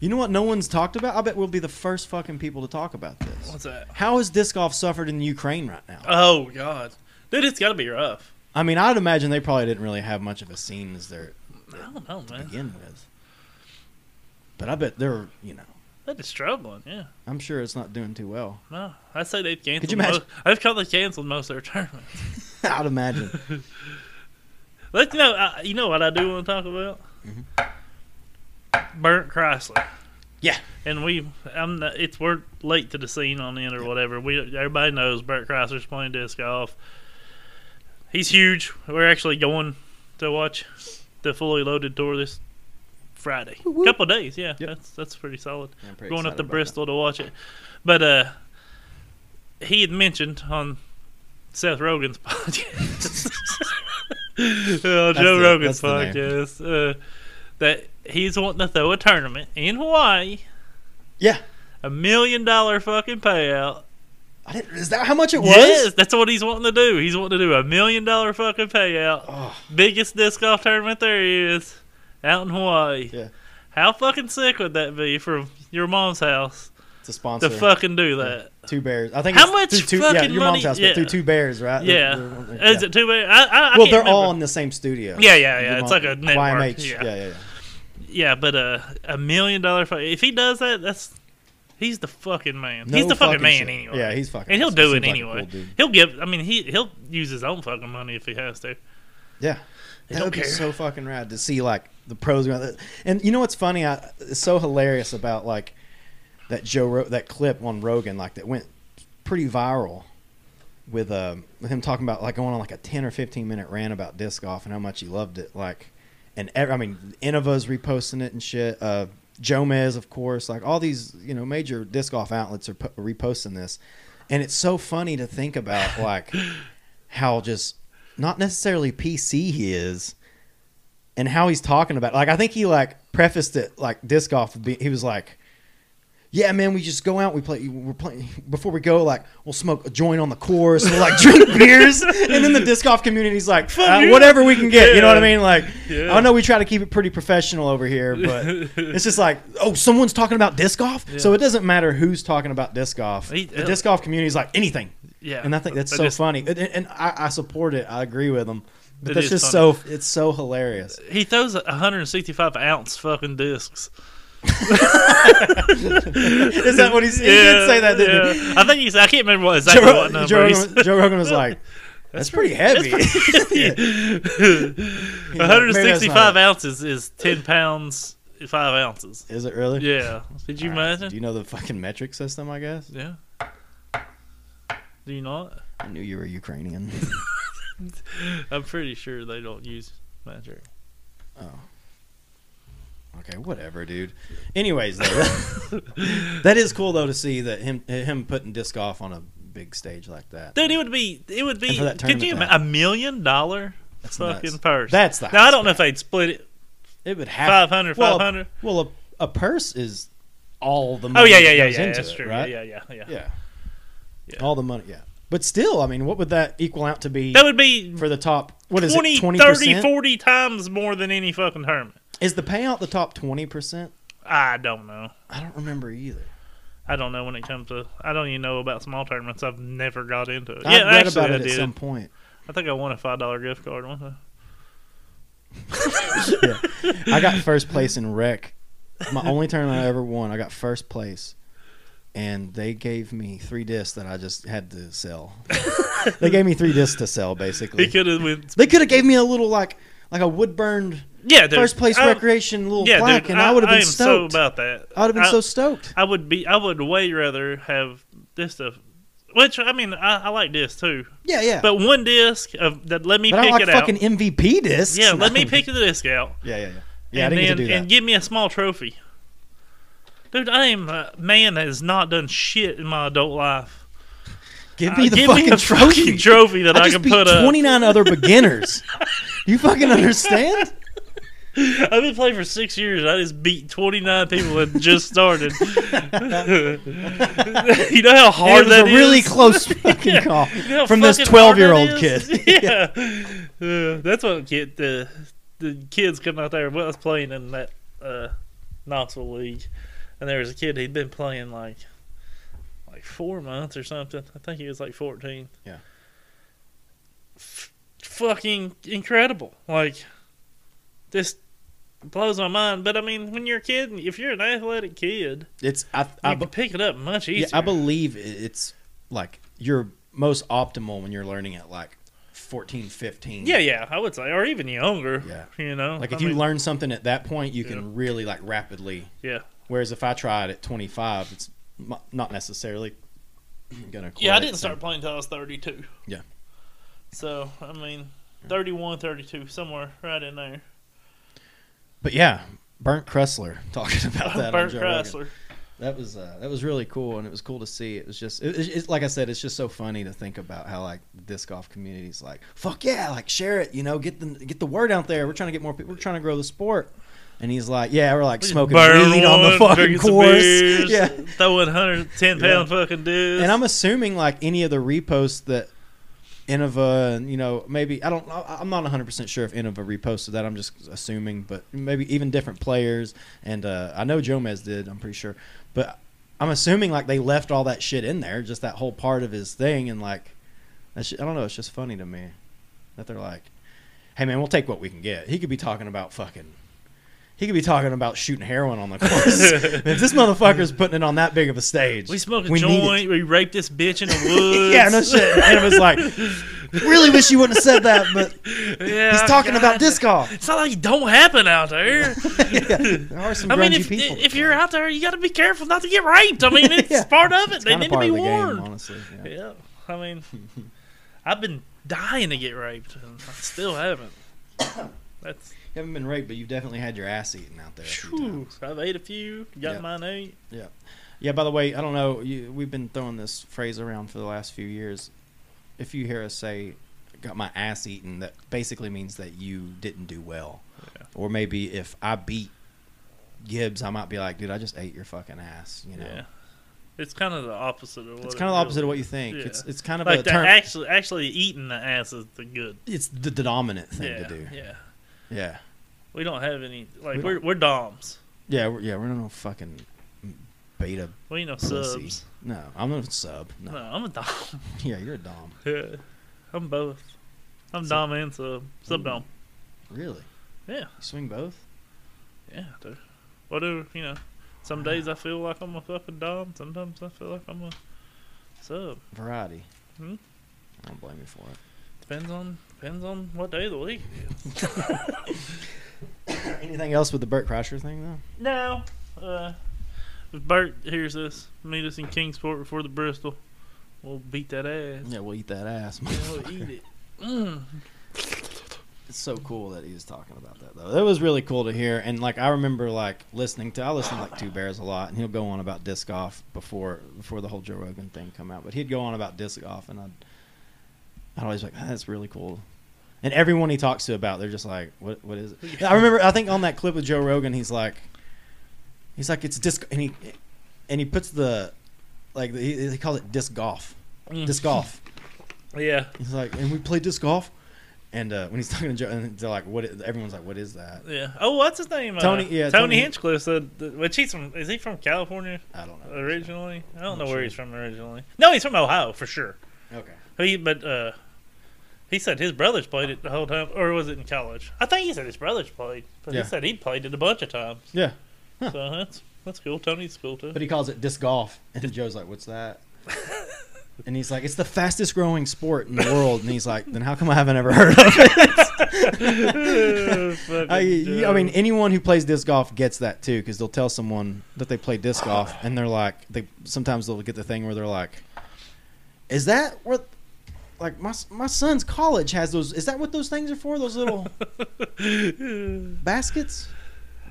You know what no one's talked about? I bet we'll be the first fucking people to talk about this. What's that? How has disc golf suffered in Ukraine right now? Oh God, dude, it's gotta be rough. I mean, I'd imagine they probably didn't really have much of a scene as there I don't know, to man. begin with. But I bet they're, you know, That is struggling. Yeah. I'm sure it's not doing too well. No, I say they've canceled. you imagine- Most, I've called they canceled most of their tournaments. I'd imagine. Let you know. I, you know what I do want to talk about? Burnt Chrysler. Mm-hmm. Yeah. And we, I'm. Not, it's we're late to the scene on it or whatever. We everybody knows Burnt Chrysler's playing disc golf. He's huge. We're actually going to watch the fully loaded tour this Friday. whoop. Couple days, yeah. Yep. That's that's pretty solid. I'm pretty going up excited to about Bristol to watch it. But uh, he had mentioned on Seth Rogen's podcast, uh, Joe the- that's Rogan's the name. podcast, uh, that he's wanting to throw a tournament in Hawaii, that. Yeah. a million dollar fucking payout. I didn't, is that how much it was? Yes, that's what he's wanting to do. He's wanting to do a million dollar fucking payout. Oh. Biggest disc golf tournament there is out in Hawaii. Yeah. How fucking sick would that be from your mom's house It's a sponsor. to fucking do that? Two bears. I think How it's much through two, yeah, fucking your money- mom's house, yeah. but through two bears, right? Yeah. They're- they're- yeah. Is it too bad? I, I, I well, can't they're remember. all in the same studio. Yeah, yeah, yeah. Your It's mom- like a network. YMH. Yeah. yeah, yeah. yeah. Yeah, but uh, a million dollar. Fu- if he does that, that's he's the fucking man. he's No the fucking, man shit. anyway. Yeah, he's fucking. and he'll awesome. do it Seems like a anyway. cool dude. he'll give. I mean, he he'll use his own fucking money if he has to. yeah, that don't would be care. so fucking rad to see like the pros. around it. And you know what's funny? I, it's so hilarious about like that Joe Ro- that clip on Rogan like that went pretty viral with um, with him talking about like going on like a ten or fifteen minute rant about disc golf and how much he loved it. Like, and ev- I mean, Innova's reposting it and shit. Uh, Jomez, of course, like all these you know major disc golf outlets are po- reposting this, and it's so funny to think about like how just not necessarily PC he is. And how he's talking about, it. like I think he like prefaced it like disc golf. would be- He was like, yeah, man, we just go out. We play. We're playing before we go. Like, we'll smoke a joint on the course. We'll like drink beers, and then the disc golf community's like, uh, you. whatever we can get. You know what I Yeah. mean? Like, Yeah. I know we try to keep it pretty professional over here, but it's just like, oh, someone's talking about disc golf. So it doesn't matter who's talking about disc golf. He- uh, the disc golf community's like anything, Yeah, and I think that's They so just- funny. And, and- and I, I support it. I agree with them. But It that's is just funny. so it's so hilarious. He throws 165 ounce fucking discs. Is that what he's, he did say that? Didn't he? yeah. I think he's. I can't remember what exactly Joe, what Joe, number. he's- Rogan, Joe Rogan was like, "That's, pretty heavy." Maybe that's not 165 ounces is 10 pounds, 5 ounces. Is it really? Yeah. Did you All right. imagine? Do you know the fucking metric system? I guess. yeah. Do you not? I knew you were Ukrainian. I'm pretty sure they don't use magic. okay, whatever, dude. Anyways, though, that is cool though to see that him him putting disc golf on a big stage like that. Dude, it would be. It would be. And for that Could you tournament, ima- a million dollar That's fucking nuts. purse? That's the now I highest don't know if they'd split it. It would have 500, well, a- 500. Well, a, a purse is all the Oh money. yeah, yeah, yeah, that goes yeah. into That's it, true. Right? Yeah, yeah, yeah, yeah. Yeah. Yeah. All the money. Yeah. But still, I mean, what would that equal out to be That would be for the top? What is 20, it? Twenty 30, percent 40 times more than any fucking tournament. is the payout the top twenty percent? I don't know. I don't remember either. I don't know when it comes to. I don't even know about small tournaments. I've never got into it. I yeah, read actually, about I it at did. some point. I think I won a five dollar gift card one time. I got first place in rec. My only tournament I ever won, I got first place, and they gave me three discs that I just had to sell. they gave me three discs to sell, He basically. could have went. They could have gave me a little like like a wood burned Yeah, dude. first place I- recreation little Yeah, plaque, dude. and I, would have I been am so stoked. about that. I would have been I- so stoked. I would be. I would way rather have this stuff. Which I mean, I, I like this too. Yeah, yeah. But, But one disc of that. Let me I pick like it fucking out. MVP discs. Yeah, let me pick the disc out. Yeah, yeah, yeah. Yeah, and I didn't then get to do that. and give me a small trophy. Dude, I am a man that has not done shit in my adult life. give me Uh, the give fucking me a trophy. fucking trophy that I, just can beat put up. 29 other beginners. you fucking understand? I've been playing for six years. I just beat 29 people that just started. you know how And hard it was that a really is? close fucking call You know how from this fucking 12 hard year that old is? kid. yeah. Uh, that's what get the, the kids coming out there. Well, I was playing in that uh, Knoxville League, and there was a kid, he'd been playing like like four months or something. I think he was like 14. Yeah. F- fucking incredible. Like, this blows my mind. But I mean, when you're a kid, if you're an athletic kid, It's I you I, can be- pick it up much yeah, easier. I believe i- it's like you're most optimal when you're learning at like 14, 15. yeah, yeah, I would say, or even younger. Yeah. You know, Like I if you mean, learn something at that point, you can really like rapidly. yeah. Whereas if I tried at 25, it's m- not necessarily gonna. Yeah, I quite- didn't start playing until I was 32. Yeah. So, I mean, 31, 32, somewhere right in there. But yeah, Burnt Kressler talking about that. on Bert Joe Rogan. Chrysler. That was uh, that was really cool, and it was cool to see. It was just, it, it's, it's like I said, it's just so funny to think about how like the disc golf community's like, fuck yeah, like share it, you know, get the get the word out there. We're trying to get more people. We're trying to grow the sport. And he's like, yeah, we're like smoking Burn weed on the one, fucking drinking some course, beers, yeah. Throwing 110 pound fucking dudes. And I'm assuming like any of the reposts that Innova, and, you know, maybe I don't, I- I'm not 100 percent sure if Innova reposted that. I'm just assuming, but maybe even different players. And uh, I know Jomez did. I'm pretty sure, but I'm assuming like they left all that shit in there, just that whole part of his thing, and like that shit, I don't know. It's just funny to me that they're like, "Hey man, we'll take what we can get." He could be talking about fucking. He could be talking about shooting heroin on the course. if this motherfucker's putting it on that big of a stage, we smoke a we need it. joint. We rape this bitch in the woods. yeah, no shit. And it was like, really wish you wouldn't have said that, but Yeah, he's talking God. about disc golf. It's not like it don't happen out there. Yeah, there are some I mean, grungy if, people. if you're out there, you got to be careful not to get raped. I mean, it's Yeah. part of it. they Kinda need to be of the warned. game, honestly. Yeah. Yeah, I mean, I've been dying to get raped, and I still haven't. That's You haven't been raped, but you've definitely had your ass eaten out there. a few whew, times. I've ate a few, got Yeah. mine ate. Yeah. By the way, I don't know. You, we've been throwing this phrase around for the last few years. If you hear us say "got my ass eaten," that basically means that you didn't do well, Yeah. or maybe if I beat Gibbs, I might be like, "Dude, I just ate your fucking ass." You know. Yeah, it's kind of the opposite of what It's it kind of the really- opposite of what you think. Yeah. It's it's kind of like a the term. actually actually eating the ass is the good it's the, the dominant thing yeah, to do. Yeah, Yeah, we don't have any like We we are we're doms. yeah, we're, yeah. We're not no fucking beta We ain't no pussy. subs. No, I'm not a sub. No. No, I'm a dom. yeah, you're a dom. Yeah, I'm both. I'm So- dom and sub sub dom. Really? Yeah. You swing both? Yeah, dude. Whatever, you know. Some days I feel like I'm a fucking dom. Sometimes I feel like I'm a sub. Variety. Hmm? I don't blame you for it. Depends on depends on what day of the week. Anything else with the Burt Crusher thing though? No. Uh, if Bert hears us, meet us in Kingsport before the Bristol. We'll beat that ass. Yeah, we'll eat that ass. Yeah, we'll eat it. Mm. It's so cool that he was talking about that though. That was really cool to hear. And like I remember like listening to I listen to like Two Bears a lot, and he'll go on about disc golf before before the whole Joe Rogan thing come out. But he'd go on about disc golf, and I'd I'd always be like "Ah, that's really cool. And everyone he talks to about, they're just like, what what is it? I remember I think on that clip with Joe Rogan, he's like, he's like it's disc, and he and he puts the like he, he calls it disc golf, Mm. disc golf. Yeah. He's like, and we played disc golf. And uh, when he's talking to Joe, and they're like, "What?" i- Everyone's like, "What is that?" Yeah. Oh, what's his name? Tony- Uh, yeah, Tony, Tony- Hinchcliffe. So, th- which he's from? Is he from California I don't know. originally? I don't I'm know not where sure. he's from originally. No, he's from Ohio for sure. Okay. He, but uh, he said his brothers played it the whole time, or was it in college? I think he said his brothers played, but Yeah. he said he played it a bunch of times. Yeah, So that's that's cool. Tony's cool too. but he calls it disc golf, and Joe's like, "What's that?" And he's like, "It's the fastest growing sport in the world." And he's like, "Then how come I haven't ever heard of it?" Fucking I, you- I mean, Joe. anyone who plays disc golf gets that too, because they'll tell someone that they play disc golf, and they're like, they sometimes they'll get the thing where they're like, "Is that what?" Like my my son's college has those. Is that what those things are for? Those little baskets?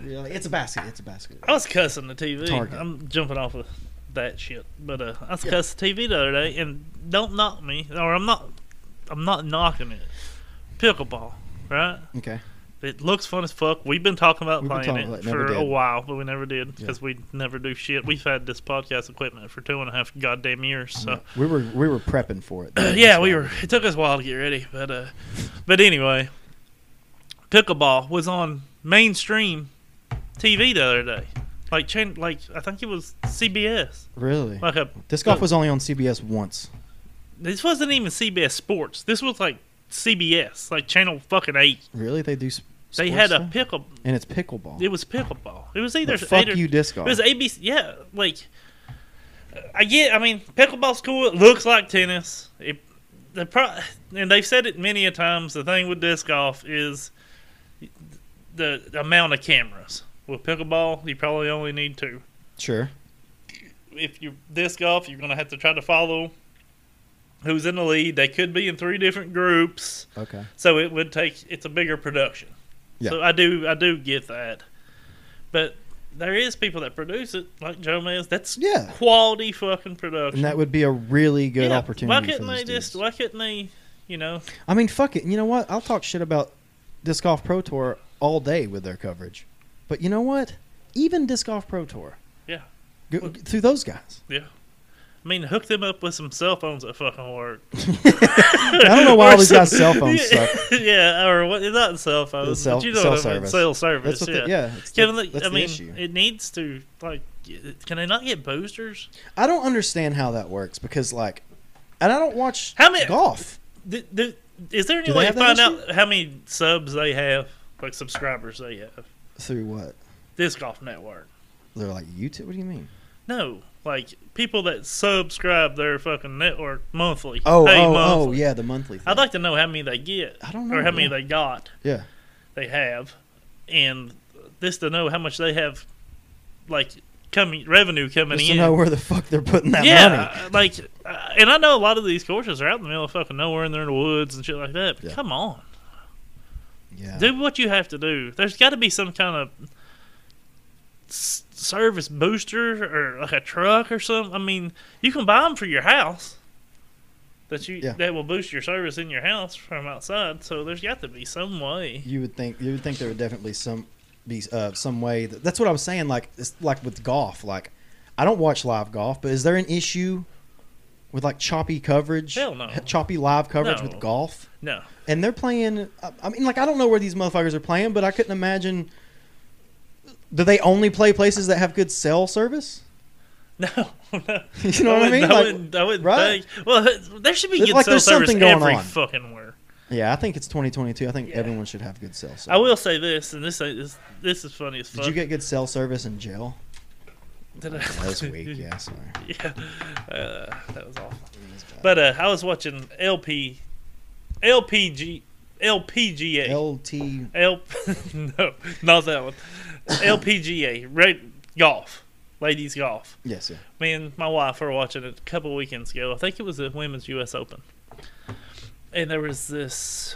Yeah, like, it's a basket. It's a basket. I was cussing the TV. Target. I'm jumping off of that shit, but uh, I was Yeah. cussing the TV the other day, and don't knock me, or I'm not, I'm not knocking it. Pickleball, right? Okay. It looks fun as fuck. We've been talking about We've been playing talking about it it, never for a did. while, but we never did Yeah. because we never do shit. We've had this podcast equipment for two and a half goddamn years, so We were we were prepping for it. though. yeah, That's we why. were. It took us a while to get ready, but uh, but anyway, pickleball was on mainstream TV the other day. Like, chan- like I think it was CBS. really. Like a Disc golf was only on CBS once. This wasn't even CBS Sports. This was like CBS, like Channel fucking Eight. Really, they do. s- They sports had a stuff? pickle. and it's pickleball. It was pickleball. It was either But fuck eight or- you, disc It golf. was ABC. Yeah, like I get. I mean, pickleball's cool. It looks like tennis. It the pro and they've said it many a times. The thing with disc golf is the, the amount of cameras. With pickleball, you probably only need two. sure. If you disc golf, you're gonna have to try to follow who's in the lead. They could be in three different groups. Okay. So it would take it's a bigger production. Yeah. So I do I do get that. But there is people that produce it, like Joe Maz. That's Yeah. quality fucking production. And that would be a really good Yeah, opportunity. Why couldn't for they these just dudes. why couldn't they you know I mean, fuck it. You know what? I'll talk shit about Disc Golf Pro Tour all day with their coverage. But you know what? Even Disc Golf Pro Tour. Yeah. Go, Well- through those guys. I mean hook them up with some cell phones that fucking work. I don't know why Or all these some- guys' cell phones yeah, suck. yeah, or what not cell phones, cell- but you know cell what I mean, service. cell service. That's what. yeah. The, yeah. It's, Given that's, the, that's I the mean, issue. it needs to like. Can they not get boosters? I don't understand how that works because, like, and I don't watch How many- golf. Th th is there any Do they way to have that find out how many subs they have, like subscribers they have? Through what? This golf network. They're like YouTube. What do you mean? No, like people that subscribe their fucking network monthly. Oh, pay oh, monthly. oh, yeah, the monthly. Thing. I'd like to know how many they get, I don't know. or how many yeah. they got, Yeah. they have, and this to know how much they have, like coming revenue coming Just in. to know where the fuck they're putting that money. yeah, like, uh, and I know a lot of these courses are out in the middle of fucking nowhere, and they're in the woods and shit like that. But Yeah. Come on. Yeah. do what you have to do. There's got to be some kind of s- service booster or like a truck or something. I mean, you can buy them for your house that you Yeah. that will boost your service in your house from outside. So there's got to be some way. You would think you would think there would definitely some be uh, some way. That, that's what I was saying. Like it's like with golf. Like I don't watch live golf, but is there an issue with like choppy coverage? Hell no. Choppy live coverage No. with golf, No, and they're playing. I- I mean, like I don't know where these motherfuckers are playing, but I couldn't imagine. Do they only play places that have good cell service? no, no. You know what I mean? wouldn't- I Like- wouldn't. I wouldn't right? think. Well, there should be It's good like cell there's service something going every on. fucking where. Yeah, I think it's 2022. I think Yeah. everyone should have good cell service. I will say this, and this is this is funny as fuck. Did you get good cell service in jail? Did I- That was weak. Yeah, sorry. yeah, uh, that was awful. It was bad. But uh, I was watching LP, LPG, LPGA, LT. L, no, not that one. LPGA, red golf, ladies golf. Yes, yeah. Me and my wife were watching it a couple weekends ago. I think it was the Women's U.S. Open, and there was this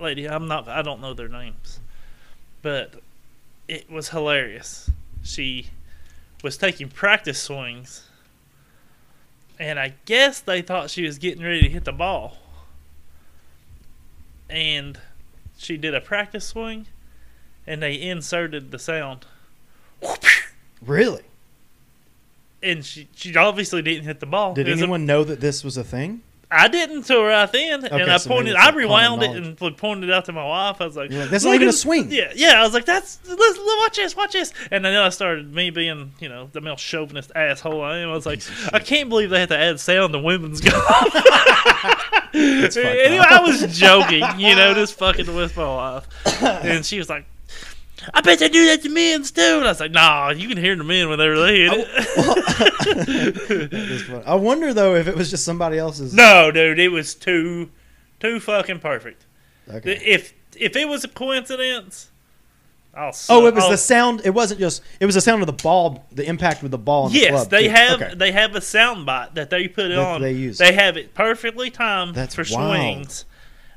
lady. I'm not. I don't know their names, but it was hilarious. She was taking practice swings, and I guess they thought she was getting ready to hit the ball, and she did a practice swing, and they inserted the sound. Really? and she she obviously didn't hit the ball. Did It was a- anyone know that this was a thing? I didn't till right then, Okay, and I so maybe pointed. it's I like common rewound it knowledge. and like, pointed it out to my wife. I was like, You're like, "That's not "Look even a at- swing." Yeah, yeah. I was like, "That's let's watch this, watch this." And then I started me being, you know, the male chauvinist asshole I am. I was like, "I can't believe they had to add sound to women's golf." fucked up. anyway, I was joking, you know, just fucking with my wife, and she was like. I bet they do that to men's too. And I was like, nah, you can hear the men when they're laying Oh, it. It's fun. I wonder though if it was just somebody else's. no, dude, it was too, too fucking perfect. Okay. If if it was a coincidence, I'll. oh, it was I'll- the sound. It wasn't just. It was the sound of the ball, the impact with the ball. In the Yes, club, they too. have Okay. they have a sound bite that they put That on. they use. They have it perfectly timed That's for wild. swings,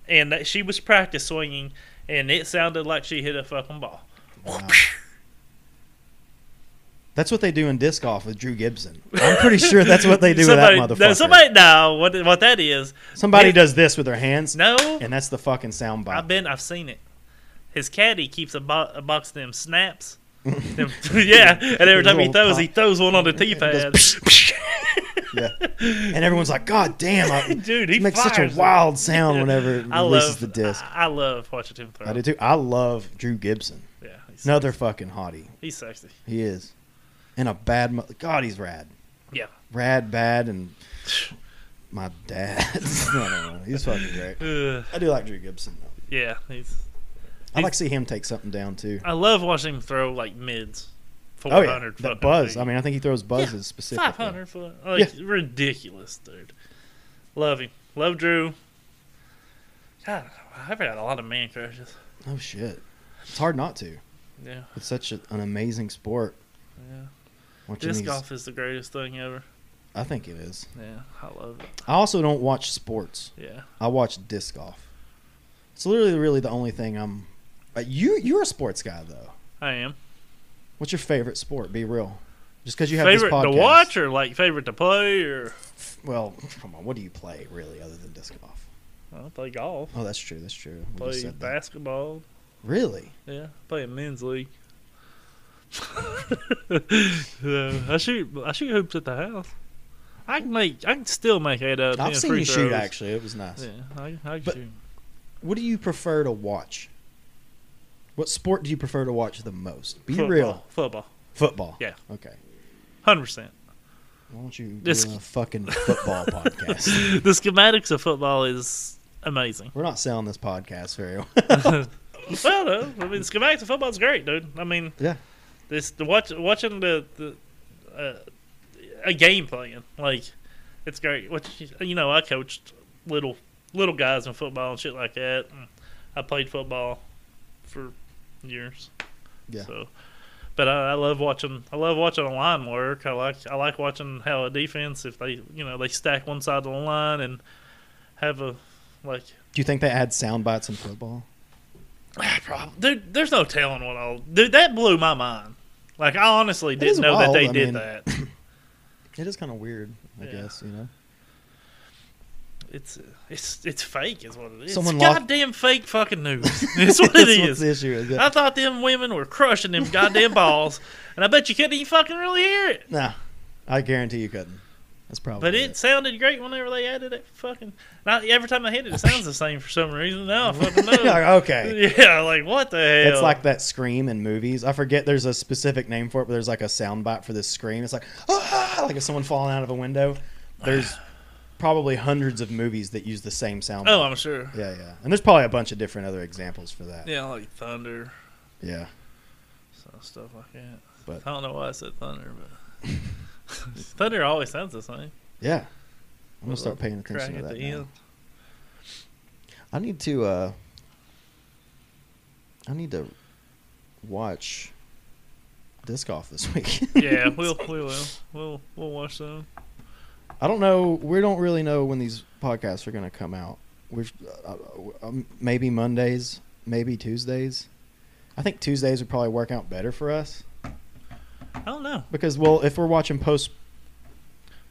and that she was practice swinging, and it sounded like she hit a fucking ball. Wow. That's what they do in disc golf with Drew Gibson. I'm pretty sure that's what they do somebody, with that motherfucker. no, somebody, no, what what that is? Somebody Yeah. does this with their hands, No, and that's the fucking sound I've bite. been, I've seen it. His caddy keeps a, bo- a box of them snaps. Them- yeah, and every time he Little throws, pop. he throws one on the tee pad. Yeah. And everyone's like, "God damn!" I, Dude, he it makes such fires a them. wild sound whenever it I releases love the disc. I, I love watching him throw. I do too. I love Drew Gibson. Yeah, he's, Another fucking hottie. he's sexy. He is. And a bad. Mo- God, he's rad. Yeah. Rad, bad, and my dad. I don't know. He's fucking great. Uh, I do like Drew Gibson though. yeah, he's. I like to see him take something down too. I love watching him throw like mids, Oh four yeah, hundred. that buzz. I mean, I think he throws buzzes specifically. five hundred foot. Like ridiculous, dude. Love him. Love Drew. God, I've had a lot of man crushes. Oh shit, it's hard not to. Yeah, It's such a, an amazing sport. yeah. Watching Disc these- golf is the greatest thing ever. I think it is. Yeah, I love it. I also don't watch sports. Yeah. I watch disc golf. It's literally really the only thing I'm. Uh, you you're a sports guy though. I am. What's your favorite sport? Be real. Just because you have Favorite this to podcast. watch or like favorite to play or Well, come on. What do you play really other than disc golf? I play golf, Oh, that's true. That's true. We just play said that. basketball. Really? Yeah, play in men's league. So, I shoot. I shoot hoops at the house. I can make. I can still make eight out of ten I've seen free you throws. shoot actually. It was nice. Yeah, I, I can But- shoot. What do you prefer to watch? What sport do you prefer to watch the most? Be Football, real. Football. Football. Yeah. Okay. Hundred percent. Why don't you This- do a fucking football podcast? The schematics of football is amazing. We're not selling this podcast very well. well, no, I mean, the schematics of football is great, dude. I mean, Yeah. this the watch watching the the uh, a game playing like it's great. What you- you know, I coached little little guys in football and shit like that. And I played football for years. Yeah. So, but I, I love watching. I love watching a line work. I like I like watching how a defense if they you know they stack one side of the line and have a like Do you think they add sound bites in football? Prob- Dude, there's no telling what all. Dude, that blew my mind. Like I honestly is didn't know that wild, they I did mean- that. It is kind of weird, I Yeah. guess, you know? It's it's it's fake, is what it is. Someone it's lost- goddamn fake fucking news. That's what it That's what is. the issue is. I thought them women were crushing them goddamn balls, and I bet you couldn't even fucking really hear it. Nah, I guarantee you couldn't. That's probably But it sounded great whenever they added it. Fucking not every time I hit it, it sounds the same for some reason. Now I fucking You're know. like, okay. yeah, like what the hell? It's like that scream in movies. I forget there's a specific name for it, but there's like a sound bite for this scream. It's like, ah, like if someone falling out of a window. There's probably hundreds of movies that use the same sound. oh, I'm sure. bite. Yeah, yeah. And there's probably a bunch of different other examples for that. Yeah, like thunder, yeah. so stuff like that. But- I don't know why I said thunder, but thunder always sounds the same. Yeah. I'm gonna start paying Crack attention to at that. the Now. end. I need to. uh I need to watch disc golf this week. Yeah, we'll we will we'll we'll watch them. I don't know. We don't really know when these podcasts are going to come out. We've uh, uh, maybe Mondays, maybe Tuesdays. I think Tuesdays would probably work out better for us I don't know. because, well, if we're watching post,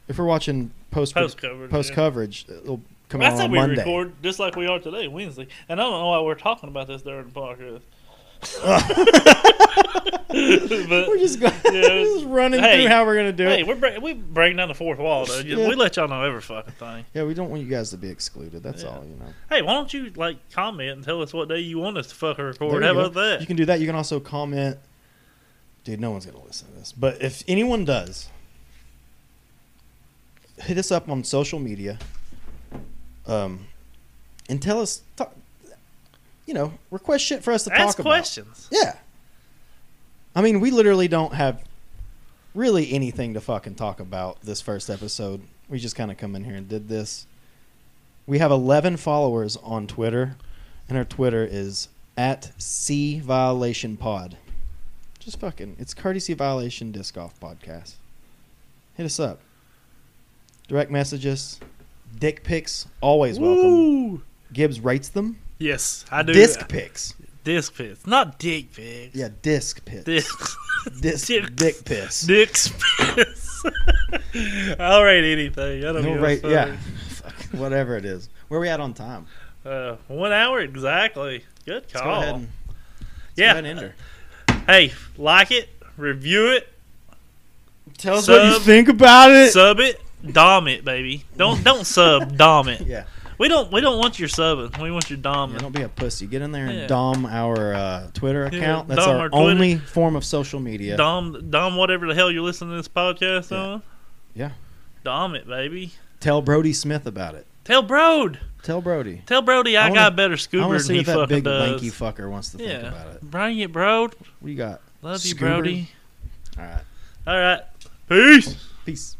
if we're watching post Post coverage. post yeah. coverage, it'll come I out said on we Monday. record just like we are today, Wednesday, and I don't know why we're talking about this during the podcast. but We're just, going, Yeah. just running Hey. through how we're going to do hey, it. we're break, we breaking down the fourth wall. Though. Yeah. We let y'all know every fucking thing. Yeah, we don't want you guys to be excluded. That's Yeah. all, you know. Hey, why don't you like comment and tell us what day you want us to fucking There record? you How go. about that? You can do that. You can also comment. Dude, no one's going to listen to this. But if anyone does, hit us up on social media um, and tell us, talk, you know, request shit for us to Ask talk questions. about. Yeah. I mean, we literally don't have really anything to fucking talk about this first episode. We just kind of come in here and did this. We have 11 followers on Twitter, and our Twitter is at C Violation Pod. Just fucking, it's courtesy violation disc golf podcast. Hit us up. Direct messages, dick pics, always welcome. Woo! Gibbs rates them. Yes, I do. Disc pics. Disc pics, not dick pics. Yeah, disc pics. Disc. Disc, dick- dick piss. Dick's piss. I'll rate anything. I don't No give rate, a fuck. yeah. Whatever it is. Where we at on time? Uh, one hour exactly. Good Let's call. go ahead and let's Oh. Yeah. go ahead and end her. Hey, like it, review it, Tell us Sub- what you think about it. sub it, dom it, baby. Don't don't sub, dom it. yeah. We don't we don't want your subbing. We want your yeah. doming. Don't be a pussy. Get in there and Yeah. dom our uh, Twitter Yeah, account. That's dom our, our Twitter. only form of social media. Dom dom whatever the hell you're listening to this podcast Yeah. on. Yeah. Dom it, baby. Tell Brody Smith about it. Tell Brode. Tell Brody. Tell Brody I, I wanna- got better I scuba want than to see he what that fucking big does. lanky fucker wants to think Yeah. about it. Bring it, Brode. What do you got? Love you, Scuba? Brody. All right. All right. Peace. Peace.